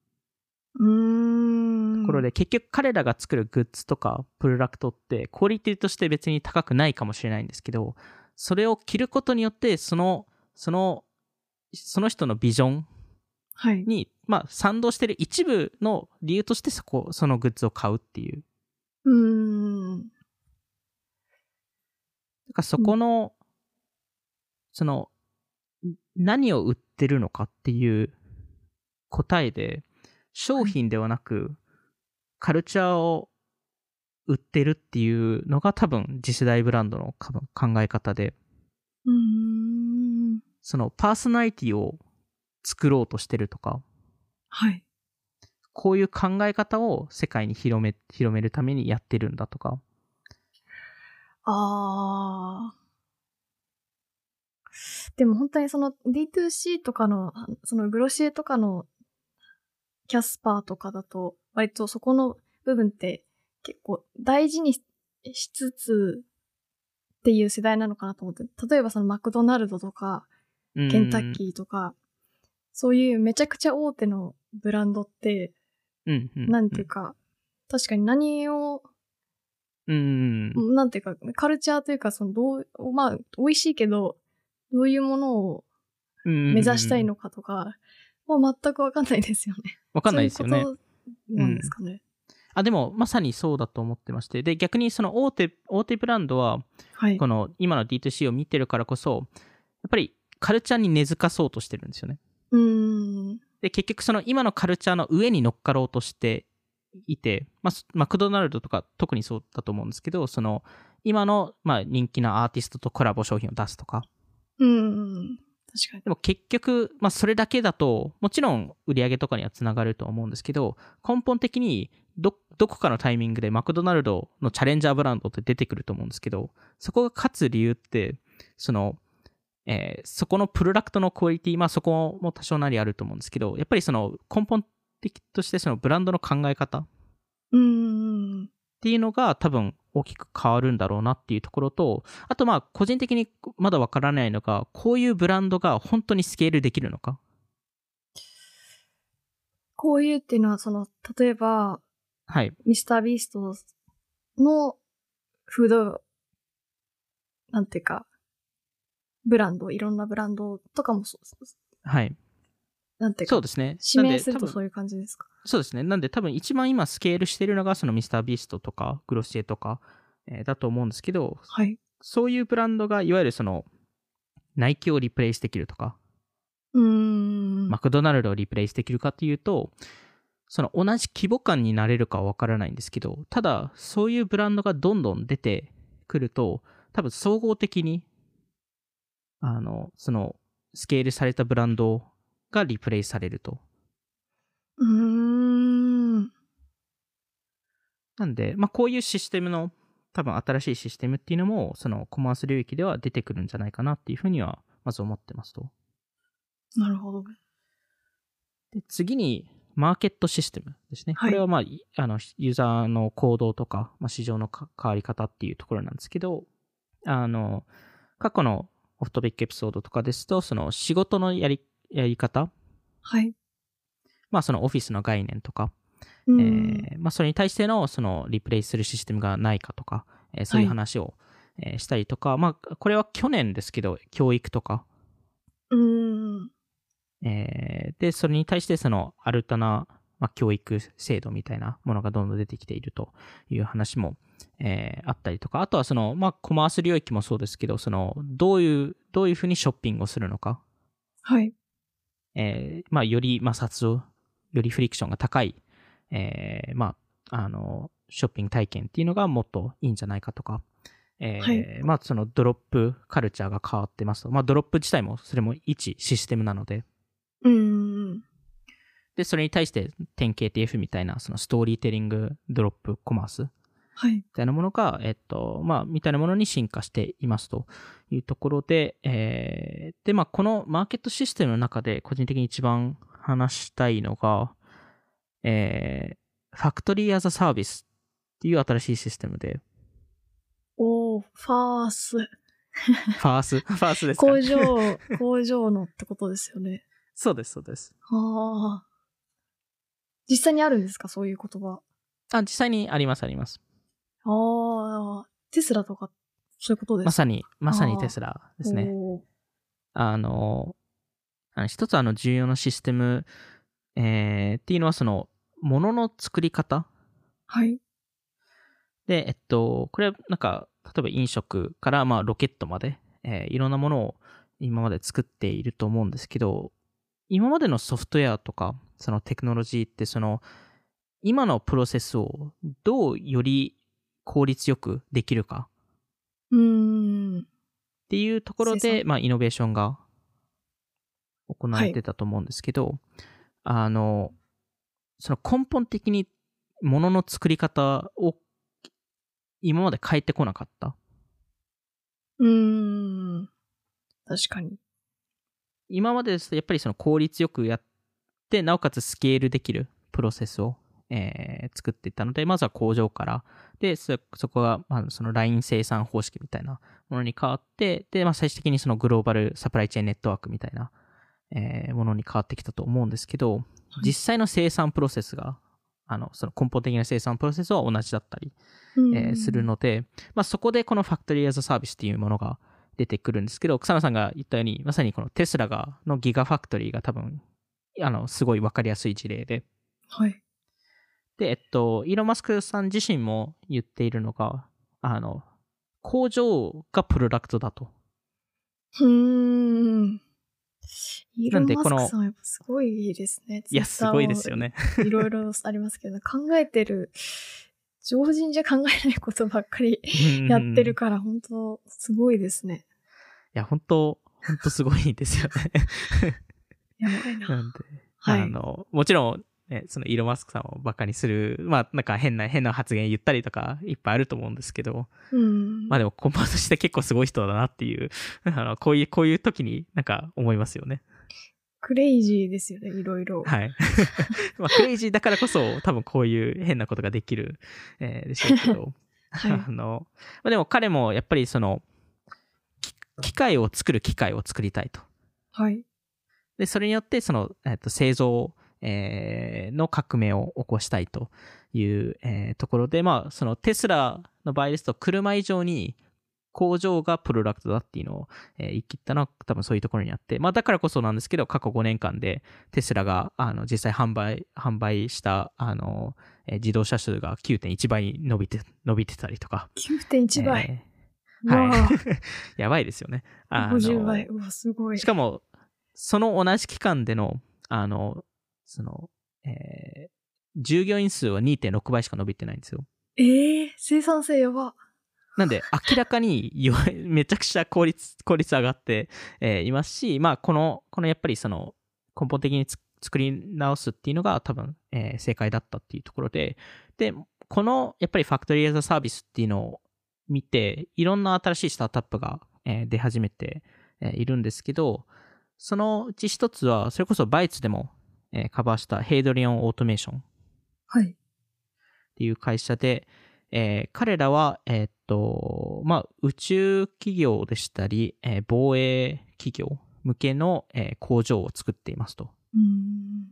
S1: うーん。
S2: ところで、結局彼らが作るグッズとかプロダクトって、クオリティとして別に高くないかもしれないんですけど、それを着ることによって、その、その、その人のビジョン
S1: はい。
S2: に、まあ、賛同してる一部の理由として、そこ、そのグッズを買うっていう。
S1: うーん。
S2: だからそこの、その、ん何を売ってるのかっていう答えで、商品ではなく、カルチャーを売ってるっていうのが多分次世代ブランドのか考え方で、
S1: うーん。
S2: そのパーソナリティを作ろうとしてるとか、
S1: はい。
S2: こういう考え方を世界に広め、広めるためにやってるんだとか、
S1: あー。でも本当にその D2C とかの、そのグロシエとかのキャスパーとかだと、割とそこの部分って結構大事にししつつっていう世代なのかなと思って、例えばそのマクドナルドとか、
S2: うん
S1: ケンタッキーとか、そういうめちゃくちゃ大手のブランドって、
S2: うんうん、
S1: なんていうか、確かに何を、
S2: うんうんうん
S1: なんていうか、カルチャーというか、その、どう、まあ、美味しいけど、どういうものを
S2: うん、
S1: 目指したいのかとか、もう全くわかんないですよね。
S2: わかんないですよね
S1: そういうことなんですかね。
S2: あでもまさにそうだと思ってましてで逆にその大手大手ブランドは
S1: はい。
S2: この今の D2C を見てるからこそやっぱりカルチャーに根付かそうとしてるんですよね
S1: うーん。
S2: で結局その今のカルチャーの上に乗っかろうとしていて、まあ、そマクドナルドとか特にそうだと思うんですけどその今のまあ人気なアーティストとコラボ商品を出すとか
S1: うーん。確かに。
S2: でも結局、まあ、それだけだと、もちろん売り上げとかにはつながるとは思うんですけど、根本的にどどこかのタイミングでマクドナルドのチャレンジャーブランドって出てくると思うんですけど、そこが勝つ理由って、その、えーそこのプロダクトのクオリティ、まあそこも多少なりあると思うんですけど、やっぱりその根本的としてそのブランドの考え方っ
S1: うーん。
S2: ていうのが多分大きく変わるんだろうなっていうところと、あとまあ個人的にまだわからないのが、こういうブランドが本当にスケールできるのか。
S1: こういうっていうのは、その、例えば、
S2: はい。
S1: ミスタービーストのフード、なんていうか、ブランド、いろんなブランドとかもそう、
S2: はい。
S1: なんていうか、
S2: そうですね。
S1: 指名する
S2: なん
S1: と
S2: で多分
S1: そういう感じですか。
S2: そうですね。なんで多分一番今スケールしてるのがそのミスタービーストとかグロシエとか、えーだと思うんですけど、
S1: はい。
S2: そういうブランドがいわゆるそのナイキをリプレイスできるとか、
S1: うーん。
S2: マクドナルドをリプレイスできるかっていうと、その同じ規模感になれるかはわからないんですけど、ただそういうブランドがどんどん出てくると、多分総合的に、あの、そのスケールされたブランドがリプレイされると。
S1: うーん。
S2: なんで、まあ、こういうシステムの、多分新しいシステムっていうのも、そのコマース領域では出てくるんじゃないかなっていうふうには、まず思ってますと。
S1: なるほど。
S2: で次に、マーケットシステムですね。こ
S1: はい
S2: れは、まあ、いあの、ユーザーの行動とか、まあ、市場のか変わり方っていうところなんですけど、あの、過去のオフトピックエピソードとかですと、その仕事のやり、やり方、
S1: はい。
S2: まあ、そのオフィスの概念とか、
S1: うーん。
S2: えーまあ、それに対してのそのリプレイするシステムがないかとか、えーそういう話を、えーしたりとか、まあ、これは去年ですけど教育とか、
S1: うーん。
S2: えーでそれに対してそのアルタナ、まあ、教育制度みたいなものがどんどん出てきているという話も、えーあったりとかあとはその、まあ、コマース領域もそうですけどそのどういうどういうふうにショッピングをするのか、
S1: はい。
S2: えーまあ、より摩擦を、よりフリクションが高い、えーまあ、あの、ショッピング体験っていうのがもっといいんじゃないかとか、えー
S1: はい
S2: まあ、そのドロップカルチャーが変わってますと、まあ、ドロップ自体もそれも一システムなので、
S1: うーん。
S2: で、それに対して典型 TF みたいな、そのストーリーテリングドロップコマース
S1: はい。
S2: みたいなものが、えっと、まあ、みたいなものに進化していますというところで、えーで、まあ、このマーケットシステムの中で個人的に一番話したいのが、えーファクトリーアザサービスっていう新しいシステ ムで、
S1: おー、ファース。
S2: ファース、ファースですか、
S1: 工場、 工場のってことですよね。
S2: そうです、そうです。
S1: ああ。実際にあるんですかそういう言葉。
S2: あ、実際にあります、あります。
S1: ああ、テスラとか、そういうことです
S2: まさに、まさ
S1: あ
S2: に
S1: ー
S2: テスラですね。
S1: おー
S2: あの、あの一つあの重要なシステム、えーっていうのはその、ものの作り方
S1: はい。
S2: で、えっと、これはなんか、例えば飲食からまあロケットまで、えーいろんなものを今まで作っていると思うんですけど、今までのソフトウェアとか、そのテクノロジーって、その、今のプロセスをどうより効率よくできるかっ
S1: うーん。
S2: ていうところ
S1: 生
S2: で、まあ、イノベーションが行われてたと思うんですけど、あの、その根本的にものの作り方を今まで変えてこなかった。
S1: うーん。確かに。
S2: 今までですとやっぱりその効率よくやってなおかつスケールできるプロセスを、えー作っていったのでまずは工場からでそそこが、まあ、そのライン生産方式みたいなものに変わってで、まあ、最終的にそのグローバルサプライチェーンネットワークみたいな、えーものに変わってきたと思うんですけど実際の生産プロセスがあのその根本的な生産プロセスは同じだったり
S1: う
S2: え
S1: ー
S2: ー
S1: ん
S2: する。ので、まあ、そこでこのファクトリー・アザ・サービスっていうものが出てくるんですけど、草野さんが言ったように、まさにこのテスラがのギガファクトリーが多分、あの、すごい分かりやすい事例で。
S1: はい。
S2: で、えっと、イーロン・マスクさん自身も言っているのが、あの、工場がプロダクトだと。
S1: うーん。イーロ
S2: なん
S1: ン・
S2: で
S1: マス
S2: この
S1: クさんはやっぱすごいですね。
S2: いや、すごいですよね。
S1: Twitter を。 いろいろありますけど、考えてる、常人じゃ考えないことばっかりやってる
S2: うんい
S1: から、本当すごいですね。
S2: や、本当本当すごいですよね。
S1: やばいな。
S2: なんで、
S1: はい
S2: あの、もちろん、ね、そのイーロン・マスクさんをバカにする、まあ、なんか変な、変な発言言ったりとか、いっぱいあると思うんですけど、
S1: うん。
S2: まあでも、コンパとして結構すごい人だなっていう、 あの、こういう、こういう時になんか思いますよね。
S1: クレイジーですよね、いろいろ。
S2: はい。 まあ、クレイジーだからこそ、多分こういう変なことができる、えーでしょうけど、
S1: はい
S2: あの、まあでも彼もやっぱりその、き機械を作る機械を作りたいと。
S1: はい。
S2: で、それによって、その、えっと、製造、えーの革命を起こしたいという、えーところで、まあ、そのテスラの場合ですと、車以上に工場がプロダクトだっていうのを、えー言い切ったのは多分そういうところにあって、まあ、だからこそなんですけど、過去5年間でテスラが、あの、実際販売、販売した、あの、えー自動車数が9.1倍伸びて、伸びてたりとか。
S1: 9.1倍。
S2: えー
S1: わあ
S2: はい。 やばいですよね。 あの
S1: 50倍。うわ、すごい。
S2: しかも、その同じ期間での、あの、その、えー従業員数は2.6倍しか伸びてないんですよ。
S1: ええ生産性やば。
S2: なんで、明らかに弱い、めちゃくちゃ効率、効率上がって、えーいますし、まあ、この、このやっぱりその、根本的につ作り直すっていうのが多分、えー正解だったっていうところで、で、この、やっぱりファクトリーアザサービスっていうのを見て、いろんな新しいスタートアップが、えー出始めて、えーいるんですけど、そのうち一つは、それこそバイツでも、えーカバーしたヘイドリオンオートメーション。
S1: はい。
S2: っていう会社で、えー彼らは、えーっと、まあ、宇宙企業でしたり、えー防衛企業向けの、えー工場を作っていますと。
S1: うーん。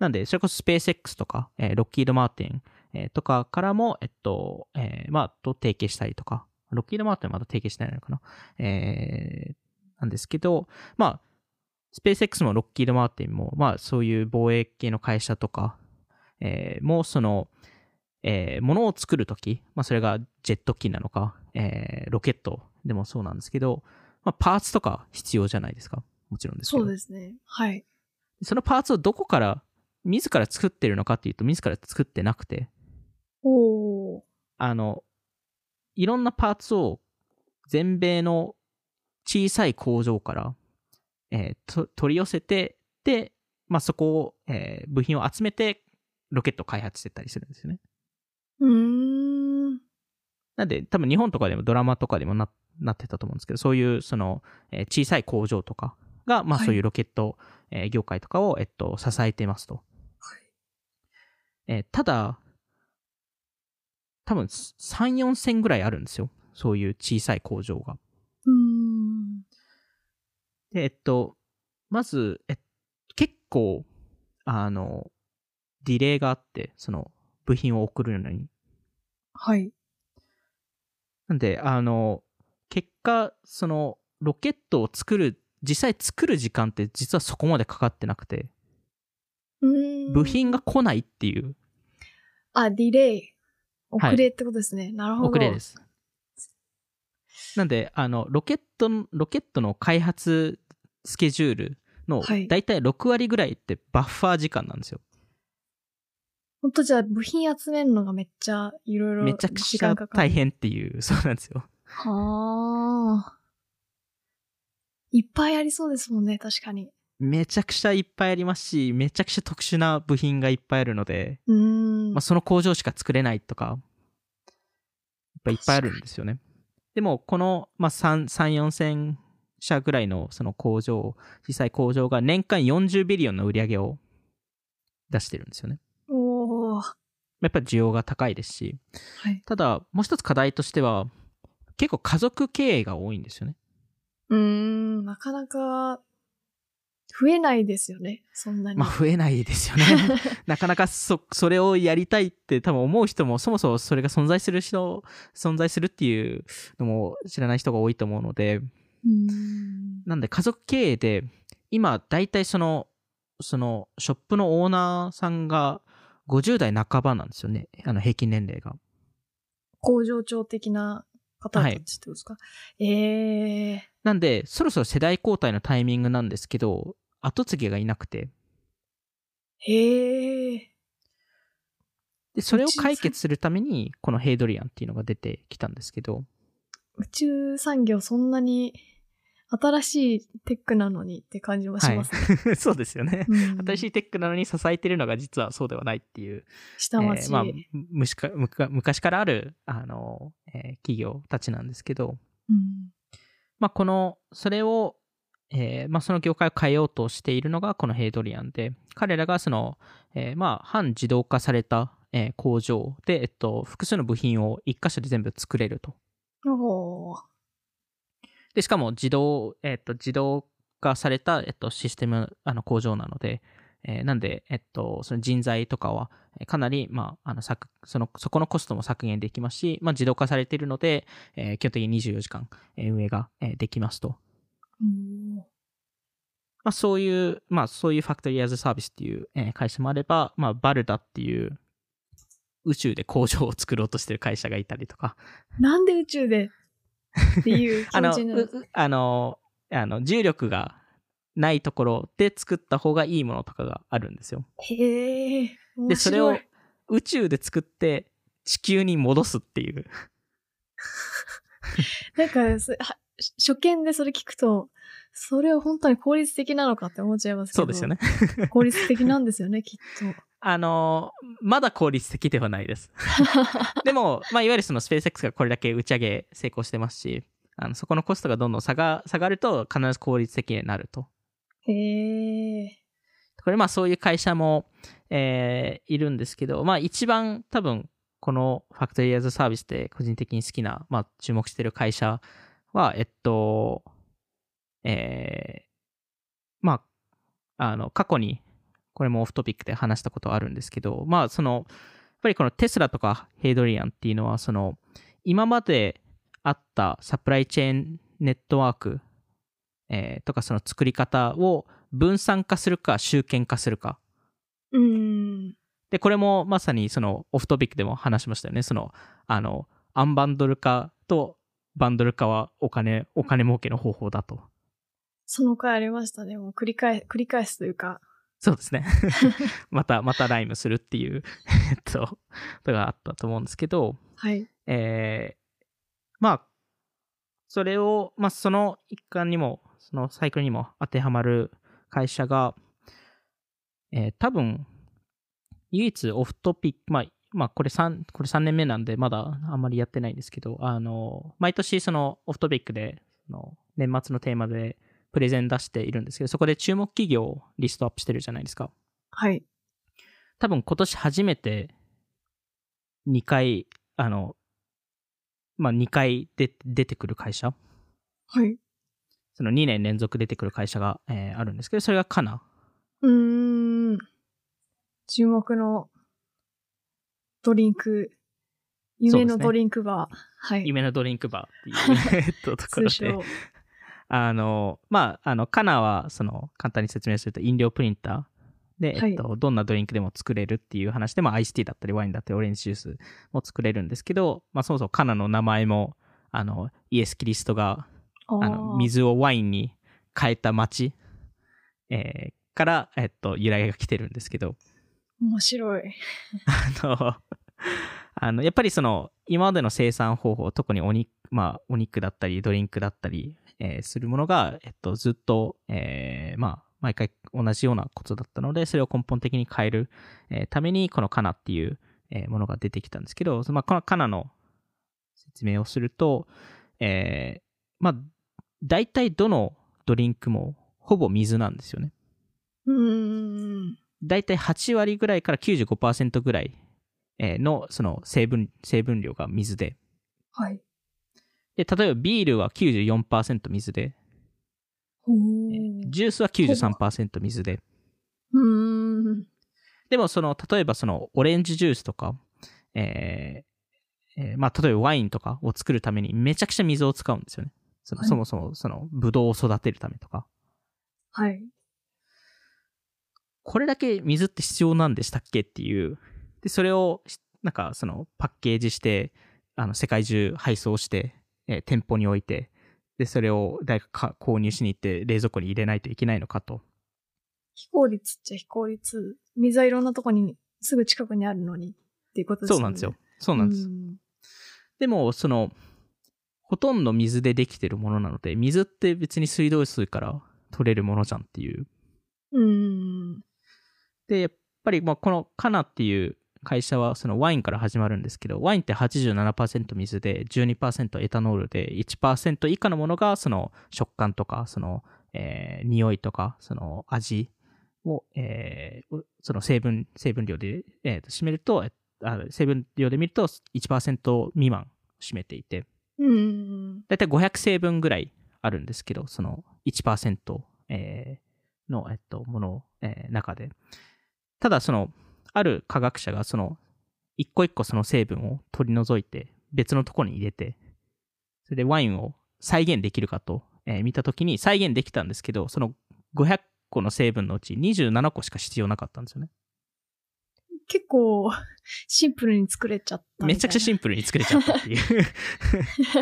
S2: なんで、それこそスペース X とか、えーロッキード・マーティン、えーとかからも、えっと、えーまあ、と提携したりとか、ロッキード・マーティンはまだ提携してないのかな。えーなんですけど、まあ、スペース X もロッキード・マーティンも、まあ、そういう防衛系の会社とか、えーもうその、えー、ものを作るとき、まあ、それがジェット機なのか、えーロケットでもそうなんですけど、まあ、パーツとか必要じゃないですか。もちろんですけ
S1: そ
S2: ど
S1: う。ですね。はい。
S2: そのパーツをどこから、自ら作ってるのかっていうと、自ら作ってなくて、
S1: おー。
S2: あの、いろんなパーツを全米の小さい工場から、えーと取り寄せて、で、まあ、そこを、えー部品を集めて、ロケットを開発してったりするんですよね。
S1: うーん。
S2: なんで、多分日本とかでもドラマとかでもななってたと思うんですけど、そういうその、えー小さい工場とかが、まあ、
S1: はい
S2: そういうロケット、えー業界とかを、えっと、支えていますと。えーただ、多分3、4千ぐらいあるんですよ。そういう小さい工場が。
S1: うーん。
S2: で、えっと、まず、え結構、あの、ディレイがあって、その、部品を送るのに。
S1: はい。
S2: なんで、あの、結果、その、ロケットを作る、実際作る時間って実はそこまでかかってなくて、
S1: うーん。
S2: 部品が来ないっていう
S1: あ、ディレイ。
S2: はい
S1: 遅れってことですね。なるほど。
S2: 遅れで。す。なんで、あの、ロケットの、ロケットの開発スケジュールの
S1: はい、
S2: だいたい6割ぐらいってバッファー時間なんですよ。
S1: 本当じゃあ部品集めるのがめっちゃいろいろ
S2: めちゃく
S1: 時
S2: ちゃ
S1: 間かかる
S2: 大。変っていう、そうなんですよ。
S1: はあ。いっぱいありそうですもんね、確かに。
S2: めちゃくちゃいっぱいありますし、めちゃくちゃ特殊な部品がいっぱいあるので、
S1: うーん。
S2: まあ、その工場しか作れないとか、やっぱいっぱいあるんですよね。でも、この、まあ、3、3 4千社ぐらいのその工場、実際工場が年間40ビリオンの売り上げを出してるんですよね。
S1: おお。は
S2: やっぱり需要が高いですし、
S1: い。
S2: ただ、もう一つ課題としては、結構家族経営が多いんですよね。
S1: うーん、なかなか増えないですよね、そんなに。
S2: まあ増えないですよね。 なかなかそ、それをやりたいって多分思う人も、そもそもそれが存在する人、存在するっていうのも知らない人が多いと思うので、
S1: うーん。
S2: なんで家族経営で、今大体その、そのショップのオーナーさんが50代半ばなんですよね。あの平均年齢が。
S1: 工場長的な方たちってことですか、ええ
S2: なんで、そろそろ世代交代のタイミングなんですけど、後継ぎがいなくて。
S1: へえ
S2: で、それを解決するために、このヘイドリアンっていうのが出てきたんですけど、
S1: 宇宙産業そんなに新しいテックなのにって感じもしますね。
S2: はい、 そうですよね。
S1: うん
S2: 新しいテックなのに支えてるのが実はそうではないっていう、
S1: 下
S2: え
S1: 町。
S2: ーまあ、むしかむか昔からあるあの、えー企業たちなんですけど、
S1: うん
S2: まあ、このそれを、えーまあ、その業界を変えようとしているのがこのヘイドリアンで彼らがその、えーまあ、半自動化された、えー工場で、えっと、複数の部品を一箇所で全部作れると
S1: おー
S2: でしかも自動、えっと、自動化された、えっと、システムあの工場なので、えーなんで、えっと、その人材とかはえーかなり、まあ、あの削そのそこのコストも削減できますし、まあ、自動化されているので、えー基本的に24時間、えー運営が、えーできますと。
S1: おー
S2: まあ、そういう、まあ、そういうファクトリーアズサービスっていう、えー会社もあれば、まあ、バルダっていう宇宙で工場を作ろうとしてる会社がいたりとか、
S1: なんで宇宙でっていう気
S2: あ
S1: 持
S2: の、
S1: ちにな
S2: う
S1: る。
S2: うあの、あの重力がないところで作った方がいいものとかがあるんですよ。
S1: へえ。面白い
S2: で、それを宇宙で作って地球に戻すっていう。
S1: なんかそは初見でそれ聞くと、それは本当に効率的なのかって思っちゃいますけど。
S2: そうですよね。。
S1: 効率的なんですよね、きっと。
S2: あの、まだ効率的ではないです。でも、まあ、いわゆるそのスペース X がこれだけ打ち上げ成功してますし、あのそこのコストがどんどん下が下がると必ず効率的になると。
S1: へえ。
S2: これまあそういう会社も、えーいるんですけど、まあ一番多分このファクトリーアズサービスで個人的に好きな、まあ注目してる会社は、えっと、えーまあ、あの、過去に、これもオフトピックで話したことあるんですけど、まあその、やっぱりこのテスラとかヘイドリアンっていうのは、その、今まであったサプライチェーンネットワーク、えーとかその作り方を分散化するか集権化するか。
S1: うーん。
S2: で、これもまさにそのオフトピックでも話しましたよね。その、あの、アンバンドル化とバンドル化はお金、お金儲けの方法だと。
S1: その回ありましたね。もう繰り返、繰り返すというか。
S2: そうですね。また、またライムするっていう、えっと、ことがあったと思うんですけど、
S1: はい。
S2: えーまあ、それを、まあ、その一環にも、そのサイクルにも当てはまる会社が、えー多分、唯一オフトピック、まあ、まあ、これ3、これ3年目なんで、まだあんまりやってないんですけど、あの、毎年そのオフトピックで、その年末のテーマでプレゼン出しているんですけど、そこで注目企業をリストアップしてるじゃないですか。
S1: はい。
S2: 多分今年初めて2回、あの、まあ、2回で出てくる会社、
S1: はい。
S2: その2年連続出てくる会社が、えーあるんですけど、それがカナ。
S1: うーん。注目のドリンク。夢
S2: そ
S1: の
S2: うですね
S1: ドリンクバー。はい。
S2: 夢のドリンクバー っていうえっとところ
S1: 通
S2: で
S1: 称。。
S2: あの、まあ、あの、カナは、その、簡単に説明すると飲料プリンターで、
S1: はい
S2: えっと、どんなドリンクでも作れるっていう話で、まあ、アイスティーだったり、ワインだったり、オレンジジュースも作れるんですけど、まあ、そもそもカナの名前も、あの、イエス・キリストがあの水をワインに変えた町、えーから、えっと、由来が来てるんですけど、
S1: 面白い。
S2: あの、 あのやっぱりその、今までの生産方法、特にお肉,、まあ、お肉だったり、ドリンクだったり、えーするものが、えっと、ずっと、えーまあ、毎回同じようなことだったので、それを根本的に変える、えーために、このカナっていう、えーものが出てきたんですけど、そのまあ、このカナの説明をすると、えーまあ、大体どのドリンクもほぼ水なんですよね。
S1: うーん。
S2: 大体8割ぐらいから95%ぐらいえーのその成分成分量が水で
S1: はい。
S2: で例えばビールは94%水で
S1: ほう。
S2: ジュースは93%水で
S1: うーん。
S2: でもその例えばそのオレンジジュースとか、えーえーまあ、例えばワインとかを作るためにめちゃくちゃ水を使うんですよねその
S1: はい
S2: そもそもそのブドウを育てるためとか
S1: はい。
S2: これだけ水って必要なんでしたっけっていうでそれをしなんかそのパッケージしてあの世界中配送して、えー店舗に置いてでそれを誰かか購入しに行って冷蔵庫に入れないといけないのかと
S1: 非効率っちゃ非効率。水はいろんなとこに、すぐ近くにあるのにっていうことです
S2: そ
S1: よ
S2: う
S1: ね。
S2: なんですよそうなんです、
S1: うん
S2: でもそのほとんど水でできてるものなので水って別に水道水から取れるものじゃんっていう
S1: うーん。
S2: でやっぱりまあこのカナっていう会社はそのワインから始まるんですけどワインって87%水で12%エタノールで1%以下のものがその食感とかその、えー匂いとかその味を、えーその成分成分量で、えーと占めるとえあ成分量で見ると1%未満占めていて
S1: うーん。
S2: だいたい500成分ぐらいあるんですけど、その1%、えーの、えっと、もの、えー中で。ただ、その、ある科学者が、その、一個一個その成分を取り除いて、別のところに入れて、それでワインを再現できるかと、えー見たときに、再現できたんですけど、その500個の成分のうち27個しか必要なかったんですよね。
S1: 結構、シンプルに作れちゃったみたいな。
S2: めちゃくちゃシンプルに作れちゃったっていう。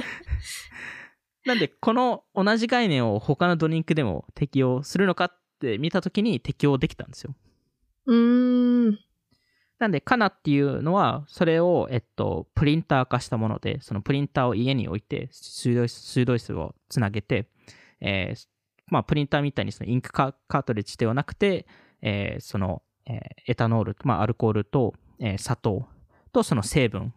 S2: なんで、この同じ概念を他のドリンクでも適用するのかって見たときに適用できたんですよ。
S1: うーん。
S2: なんで、カナっていうのは、それを、えっと、プリンター化したもので、そのプリンターを家に置いて、水道水道室をつなげて、えーまあ、プリンターみたいにそのインクカカートリッジではなくて、えーその、えーエタノール、まあ、アルコールと、えー砂糖とその成分、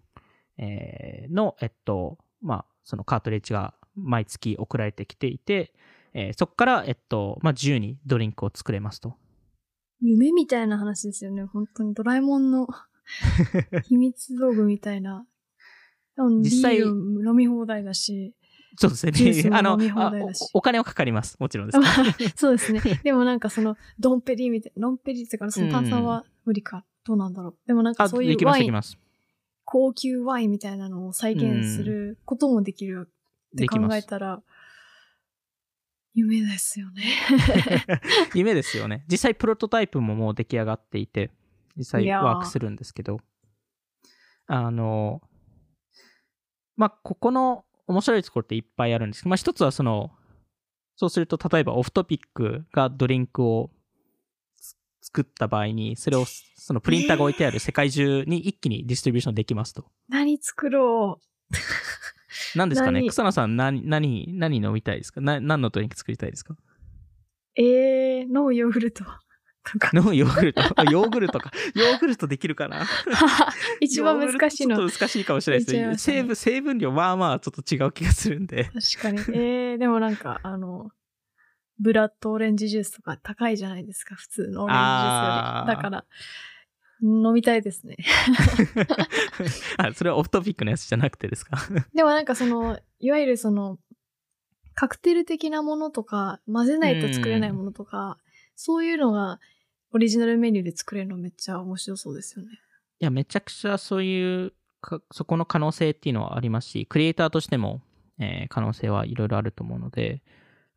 S2: えーの、えっと、まあ、そのカートリッジが毎月送られてきていて、えーそこから、えっと、まあ、自由にドリンクを作れますと。
S1: 夢みたいな話ですよね。本当にドラえもん の秘密道具みたいな。でも
S2: 実際
S1: ビール飲み放題だし。
S2: そうです
S1: ジュース
S2: ね。
S1: も
S2: あの
S1: 飲み放
S2: あ
S1: 題だし
S2: お、お金はかかります。もちろん ですけど。
S1: そうですね。でもなんかその、ドンペリみたいな、ドンペリっていうか、その炭酸は無理か。どうなんだろう。でもなんか
S2: あ、
S1: そうい
S2: でき
S1: う
S2: ま
S1: ワ
S2: す、で
S1: イ
S2: き
S1: ン、
S2: ます。
S1: 高級ワインみたいなのを再現することもできるって
S2: でき
S1: 考
S2: ま
S1: え
S2: す。
S1: たら、夢ですよね。
S2: 夢ですよね。実際、プロトタイプももう出来上がっていて、実
S1: い
S2: 際
S1: やー
S2: ワークするんですけど、あの、まあ、ここの面白いところっていっぱいあるんですけど、まあ、一つはその、そうすると、例えばオフトピックがドリンクをつ作った場合に、それを、そのプリンターが置いてある世界中に一気にディストリビューションできますと。
S1: 何作ろ
S2: 何ですかね
S1: 何
S2: 草野さん何、何、何飲みたいですかな何のドリンク作りたいですか
S1: う。えー、飲むヨーグルト。とか
S2: 飲むヨーグルト。 あヨーグルトか。ヨーグルトできるかな
S1: 一番難しい
S2: ヨー
S1: の
S2: グル。トちょっと難しいかもしれないです
S1: 言っちゃい
S2: ね。
S1: ましたね
S2: 成分、成分量、まあまあちょっと違う気がするんで。
S1: 確かに。えー、でもなんか、あの、ブラッドオレンジジュースとか高いじゃないですか、普通のオレンジジュー
S2: あ
S1: ス
S2: ー
S1: より。だから、飲みたいですね。
S2: あ、それはオフトピックのやつじゃなくてですか
S1: でもなんかその、いわゆるその、カクテル的なものとか、混ぜないと作れないものとか、そういうのがオリジナルメニューで作れるのめっちゃ面白そうですよね。
S2: いや、めちゃくちゃそういうか、そこの可能性っていうのはありますし、クリエイターとしても、えー可能性はいろいろあると思うので、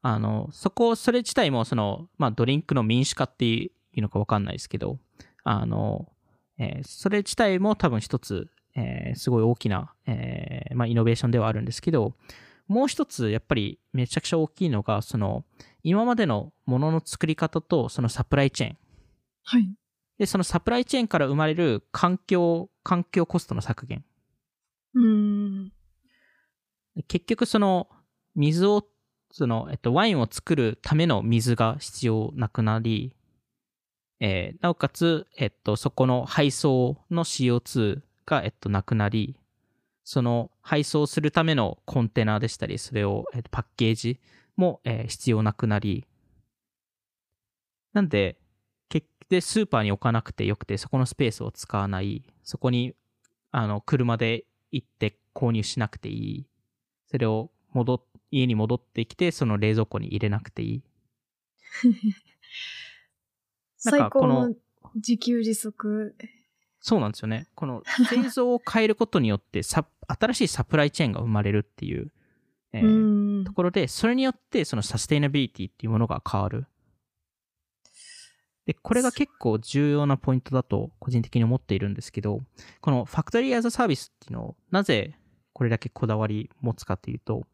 S2: あの、そこ、それ自体も、その、まあ、ドリンクの民主化っていうのかわかんないですけど、あの、えーそれ自体も多分一つ、えーすごい大きな、えーまあ、イノベーションではあるんですけど、もう一つ、やっぱりめちゃくちゃ大きいのが、その、今までのものの作り方と、そのサプライチェーン。
S1: はい。
S2: で、そのサプライチェーンから生まれる環境、環境コストの削減。
S1: うん。
S2: 結局その水をその、えっと、ワインを作るための水が必要なくなり、えーなおかつ、えっと、そこの配送の CO2 が、えっと、なくなりその配送するためのコンテナでしたりそれを、えっと、パッケージも、えー必要なくなりなんで結でスーパーに置かなくてよくてそこのスペースを使わないそこにあの車で行って購入しなくていいそれを戻っ家に戻ってきてその冷蔵庫に入れなくていいなん
S1: 最
S2: か
S1: 高
S2: この
S1: の自給自足。
S2: そうなんですよねこの 製造を変えることによってさ新しいサプライチェーンが生まれるっていう、えー
S1: うん
S2: と。ころでそれによってそのサステイナビリティっていうものが変わるでこれが結構重要なポイントだと個人的に思っているんですけどこのファクトリーアザサービスっていうのをなぜこれだけこだわり持つかというと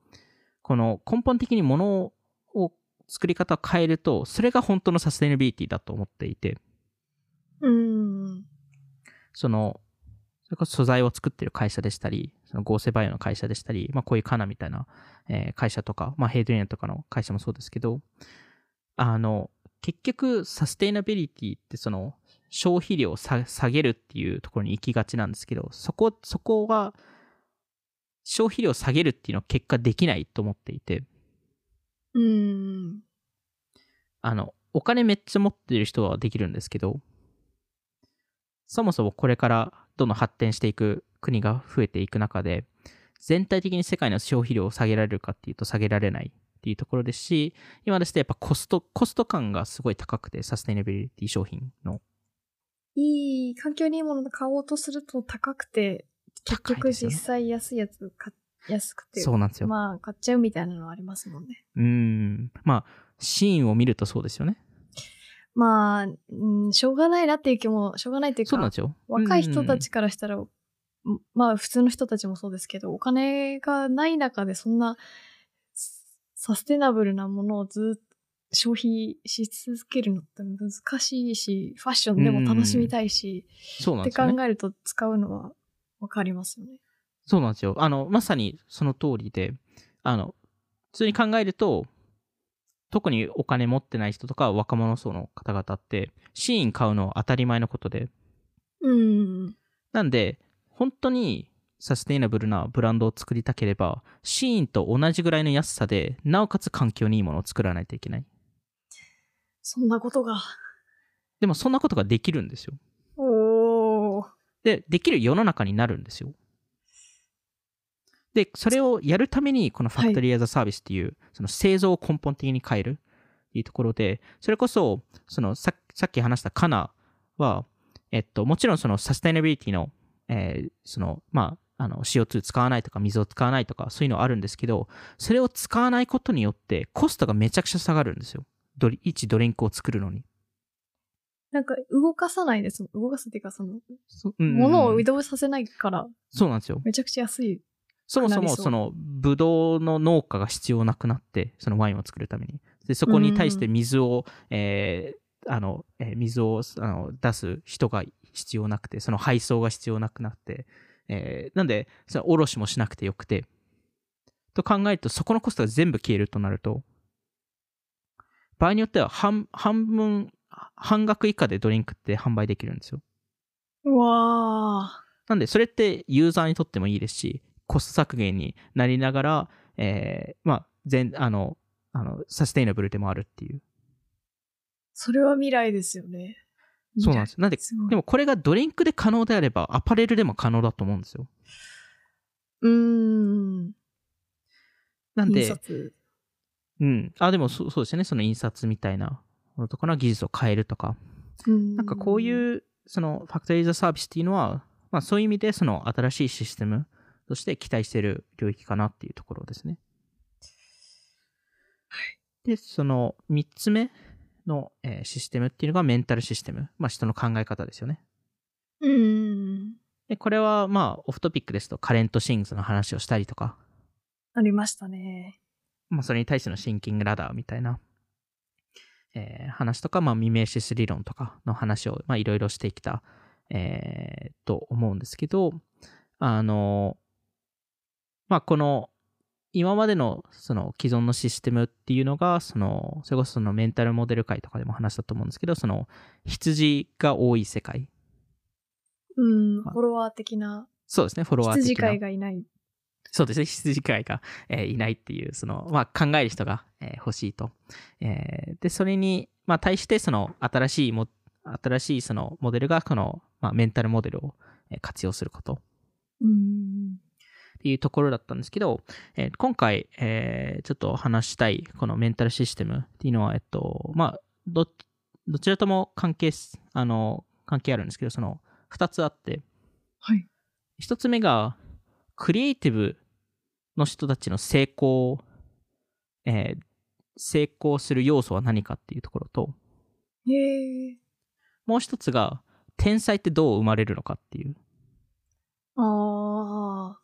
S2: この根本的にものを作り方を変えるとそれが本当のサステイナビリティだと思っていて
S1: うん。
S2: その、それこそ素材を作ってる会社でしたり、その合成バイオの会社でしたり、まあこういうカナみたいな、えー会社とか、まあヘイドリアンとかの会社もそうですけど、あの、結局サステイナビリティってその消費量をさ下げるっていうところに行きがちなんですけど、そこ、そこが消費量を下げるっていうのは結果できないと思っていて、
S1: うん。
S2: あの、お金めっちゃ持ってる人はできるんですけど、そもそもこれからどんどん発展していく国が増えていく中で、全体的に世界の消費量を下げられるかっていうと下げられないっていうところですし、今ですとやっぱコスト、コスト感がすごい高くて、サステナビリティ商品の。
S1: いい、環境にいいものを買おうとすると高くて、結
S2: 高い
S1: 局
S2: ですよ
S1: 実
S2: ね
S1: 際安いやつ買っ安くて、
S2: そうなんですよ。
S1: まあ買っちゃうみたいなのはありますもんね。
S2: うーん。まあ、シーンを見るとそうですよね。
S1: まあ、うん、しょうがないなっていう気も、しょうがないっていう
S2: そうな
S1: か
S2: んで、すよ。
S1: 若い人
S2: うんうんう
S1: た
S2: ん
S1: ちからしたら、うんまあ普通の人たちもそうですけど、お金がない中でそんなササステナブルなものをずっと消費し続けるのって難しいし、ファッションでも楽しみたいし、
S2: そうなん
S1: って
S2: ですよね
S1: 考えると使うのはわかりますよね。
S2: そうなんですよ。あの、まさにその通りで、あの、普通に考えると、特にお金持ってない人とか若者層の方々って、シーン買うのは当たり前のことで、
S1: うん。
S2: なんで、本当にサステイナブルなブランドを作りたければ、シーンと同じぐらいの安さで、なおかつ環境にいいものを作らないといけない。
S1: そんなことが。
S2: でも、そんなことができるんですよ。
S1: おお。
S2: で、できる世の中になるんですよ。で、それをやるために、このファクトリー・ア・ザ・サービスっていう、その製造を根本的に変えるっていうところで、それこそ、そのささっき話したカナは、えっと、もちろんそのサステナビリティの、えーその、まあ、あの CO2 使わないとか水を使わないとかそういうのはあるんですけどそれを使わないことによってコストがめちゃくちゃ下がるんですよドリ1ドリンクを作るのに
S1: なんか動かさないですもん。動かすっていうか、その、
S2: 物
S1: 物を移動させないから、
S2: そうなんですよ
S1: めちゃくちゃ安い。
S2: そもそ
S1: な
S2: も
S1: りそう
S2: そのブドウの農家が必要なくなってそのワインを作るためにでそこに対して水を、えーあのえー水をあの出す人が必要なくてその配送が必要なくなって、えーなんでその卸しもしなくてよくてと考えるとそこのコストが全部消えるとなると場合によっては半半分半額以下でドリンクって販売できるんですよ
S1: うわ
S2: なんで、それってユーザーにとってもいいですし、コスト削減になりながら、えーまあ、全、あの、あの、サステイナブルでもあるっていう。
S1: それは未来ですよね。。
S2: そうなんですすよ。なんで、
S1: すごい
S2: でもこれがドリンクで可能であれば、アパレルでも可能だと思うんですよ。
S1: うーん。
S2: なん
S1: 印
S2: で、
S1: 刷
S2: うん。あ、でもそうそうですよね。その印刷みたいなものとかの技術を変えるとか。
S1: な
S2: なんかこう
S1: う
S2: いう、そのファクトリーザサービスっていうのは、まあそういう意味で、その新しいシステムとして期待している領域かなっていうところですね。で、その3つ目の、えーシステムっていうのがメンタルシステム。まあ人の考え方ですよね。
S1: ん。うん。
S2: で、これはまあオフトピックですとカレントシングスの話をしたりとか、
S1: ありましたね。
S2: まあそれに対してのシンキングラダーみたいな、えー話とか、まあ、未明シス理論とかの話をまあいろいろしてきた、えーと思うんですけど、あの、まあ、この、今までのその既存のシステムっていうのが、その、それこそそのメンタルモデル界とかでも話したと思うんですけど、その、羊が多い世界。
S1: うん、フ
S2: まあ
S1: ォロワー的な、
S2: そうですね、フォロワー的な。
S1: 羊飼いがいない。
S2: そうですね、羊飼いが、えーいないっていう、その、まあ、考える人が、えー欲しいと。えーで、それに、まあ、対して、その、新しいも、新しいそのモデルが、この、まあ、メンタルモデルをえー活用すること
S1: うん。
S2: っていうところだったんですけど、えー今回、えーちょっと話したい、このメンタルシステムっていうのは、えっと、まあ、ど、どちらとも関係す、あの、関係あるんですけど、その、二つあって、
S1: はい。
S2: 一つ目が、クリエイティブの人たちの成功、えー成功する要素は何かっていうところと、
S1: へえ。
S2: もう一つが、天才ってどう生まれるのかっていう。
S1: ああ。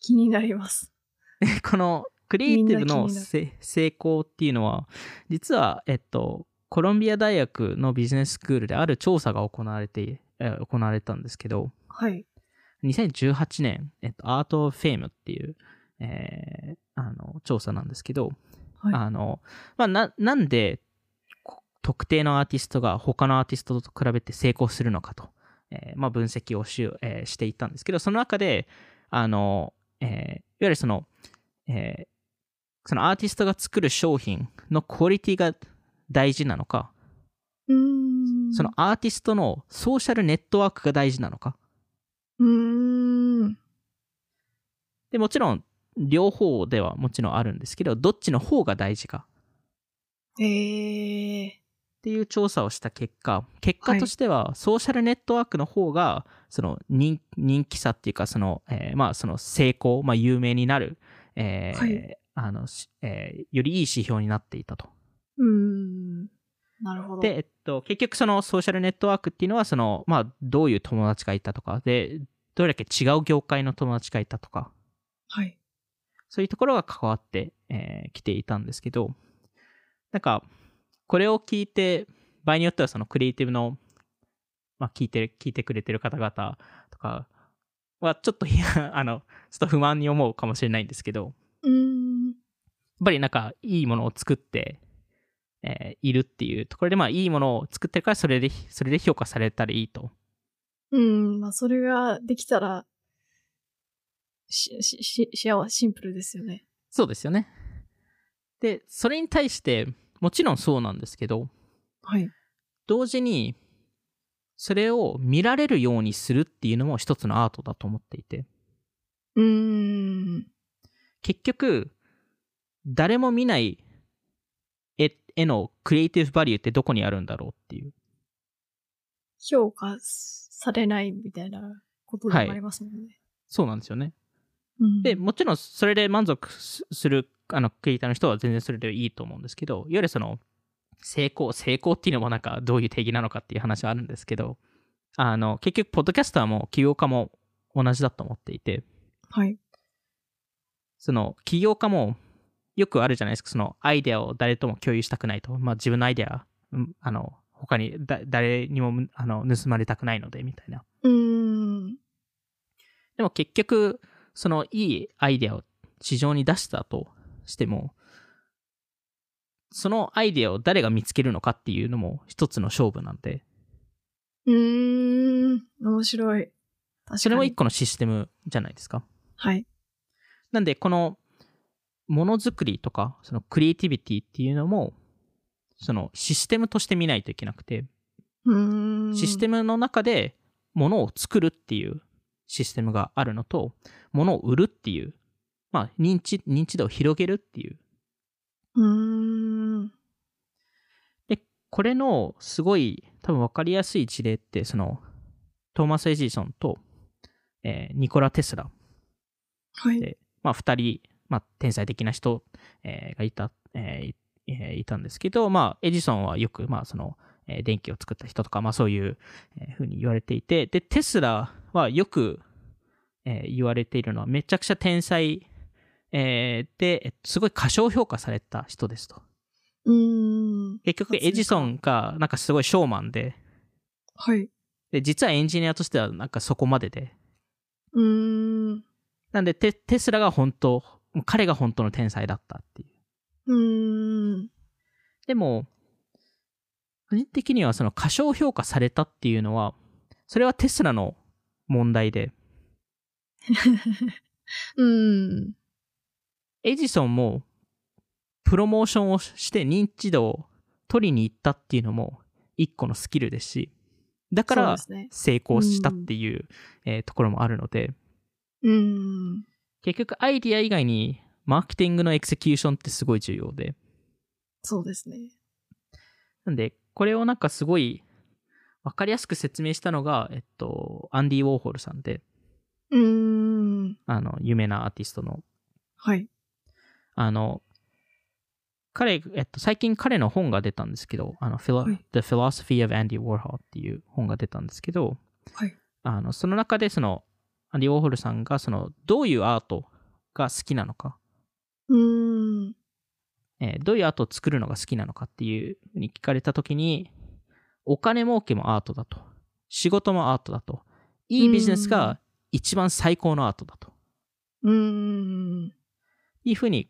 S1: 気になります。
S2: このクリエイティブ
S1: みんな
S2: の
S1: 気になる
S2: せ成功っていうのは、実は、えっと、コロンビア大学のビジネススクールである調査が行われて、えー行われたんですけど、
S1: はい。
S2: 2018年、えっと、アート・フェイムっていう、えーあの調査なんですけど、
S1: はい
S2: あのまあ、ななんでこ特定のアーティストが他のアーティストと比べて成功するのかと、えーまあ、分析をし,、えーしていったんですけどその中であの、えーいわゆるその,、えーそのアーティストが作る商品のクオリティが大事なのか
S1: うん。
S2: その。アーティストのソーシャルネットワークが大事なのか
S1: うーん。
S2: でもちろん両方ではもちろんあるんですけどどっちの方が大事か
S1: へえ。
S2: っていう調査をした結果結果としてはソーシャルネットワークの方がその人人気さっていうかその、えーまあその成功、まあ、有名になる、えー
S1: はい
S2: あのしえーよりいい指標になっていたと。
S1: うん。なるほど。
S2: で、えっと、結局そのソーシャルネットワークっていうのはその、まあ、どういう友達がいたとかでどれだけ違う業界の友達がいたとか
S1: はい。
S2: そういうところが関わってき、えー来ていたんですけど、なんか、これを聞いて、場合によってはそのクリエイティブの、まあ、聞いてる、聞いてくれてる方々とかは、ちょっと、い や、あの、ちょっと不満に思うかもしれないんですけど、や
S1: う
S2: っ
S1: ん。
S2: ぱりなんか、いいものを作って、えーいるっていうところで、まあ、いいものを作ってるから、それで、それで評価されたらいいと。
S1: うん。まあ、それができたら、し、し、し、しやわ、シンプルですよね。
S2: そうですよね。で、それに対して、もちろんそうなんですけど、
S1: はい。
S2: 同時にそれを見られるようにするっていうのも一つのアートだと思っていて
S1: うーん。
S2: 結局誰も見ない絵絵のクリエイティブバリューってどこにあるんだろうっていう
S1: 評価されないみたいなことでもありますもんね。
S2: そうなんですよね
S1: うん
S2: でもちろんそれで満足すするあのクリエイターの人は全然それでいいと思うんですけどいわゆるその成功成功っていうのもなんかどういう定義なのかっていう話はあるんですけどあの結局ポッドキャスターも起業家も同じだと思っていて
S1: はい。
S2: その起業家もよくあるじゃないですか、そのアイデアを誰とも共有したくないと、まあ、自分のアイデア、うんあの他にだ誰にもむあの盗まれたくないのでみたいな。
S1: うーん。
S2: でも結局、そのいいアイデアを市場に出したとしても、そのアイデアを誰が見つけるのかっていうのも一つの勝負なんで、
S1: うーん。面白い。確かに。
S2: それも一個のシステムじゃないですか。
S1: はい。
S2: なんで、このものづくりとか、そのクリエイティビティっていうのも、そのシステムとして見ないといけなくて、
S1: うーん。
S2: システ
S1: ム。
S2: ムの中でものを作るっていうシステムがあるのと、ものを売るっていう、まあ認知、認知度を広げるっていう。
S1: うーん。
S2: で、これのすごい多分分かりやすい事例って、そのトーマス・エジソンと、えーニコラ・テスラ、
S1: はい。
S2: でまあ2人、まあ天才的な人、えーがいた、えーいえーいたんですけど、まあエジソンはよく、まあその、えー電気を作った人とか、まあそういう、えーふうに言われていて、で、テスラはよく、えー言われているのは、めちゃくちゃ天才、えーで、えすごい過小評価された人ですと。
S1: うーん。うん。
S2: 結局エジソンがなんかすごいショーマンで、
S1: はい。
S2: で、実はエンジニアとしてはなんかそこまでで。
S1: うーん。
S2: なんでテテスラが本当、もう彼が本当の天才だったっていう。
S1: うーん。
S2: でも、個人的にはその過小評価されたっていうのは、それはテスラの問題で、
S1: うん。
S2: エジソンもプロモーションをして認知度を取りに行ったっていうのも一個のスキルですし、だか
S1: そう
S2: ら
S1: ですね。
S2: 成功したっていう、えーところもあるので、
S1: うん。
S2: 結局アイディア以外にマーケティングのエクセキューションってすごい重要で、
S1: そうですね。
S2: なんで、これをなんかすごい分かりやすく説明したのが、えっと、アンディ・ウォーホルさんで、
S1: うーん。
S2: あの、有名なアーティストの。
S1: はい。
S2: あの、彼、えっと、最近彼の本が出たんですけど、あの、Philo-
S1: はい
S2: The Philosophy of Andy Warhol っていう本が出たんですけど、
S1: はい
S2: あの、その中でその、アンディ・ウォーホルさんが、その、どういうアートが好きなのか、
S1: うーん。
S2: えーどういうアートを作るのが好きなのかっていうふうに聞かれたときに、お金儲けもアートだと。仕事もアートだと。いいビジネスが一番最高のアートだと。
S1: うーん。
S2: いうふうに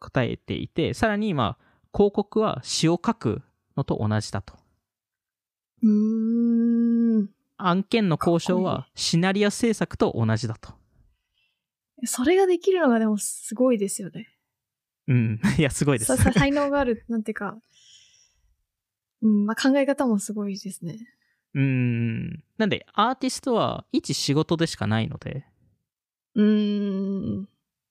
S2: 答えていて、さらに、まあ、広告は詩を書くのと同じだと。
S1: うーん。
S2: 案件の交渉
S1: かっ
S2: はシナリオ制作と同じだと。
S1: それができるのがでもすごいですよね。
S2: うん。 いや、すごいで
S1: さ。
S2: す
S1: さ才能がある、なんていうか、うん、まあ、考え方もすごいですね。
S2: うん。なんで、アーティストは一仕事でしかないので、
S1: うーん。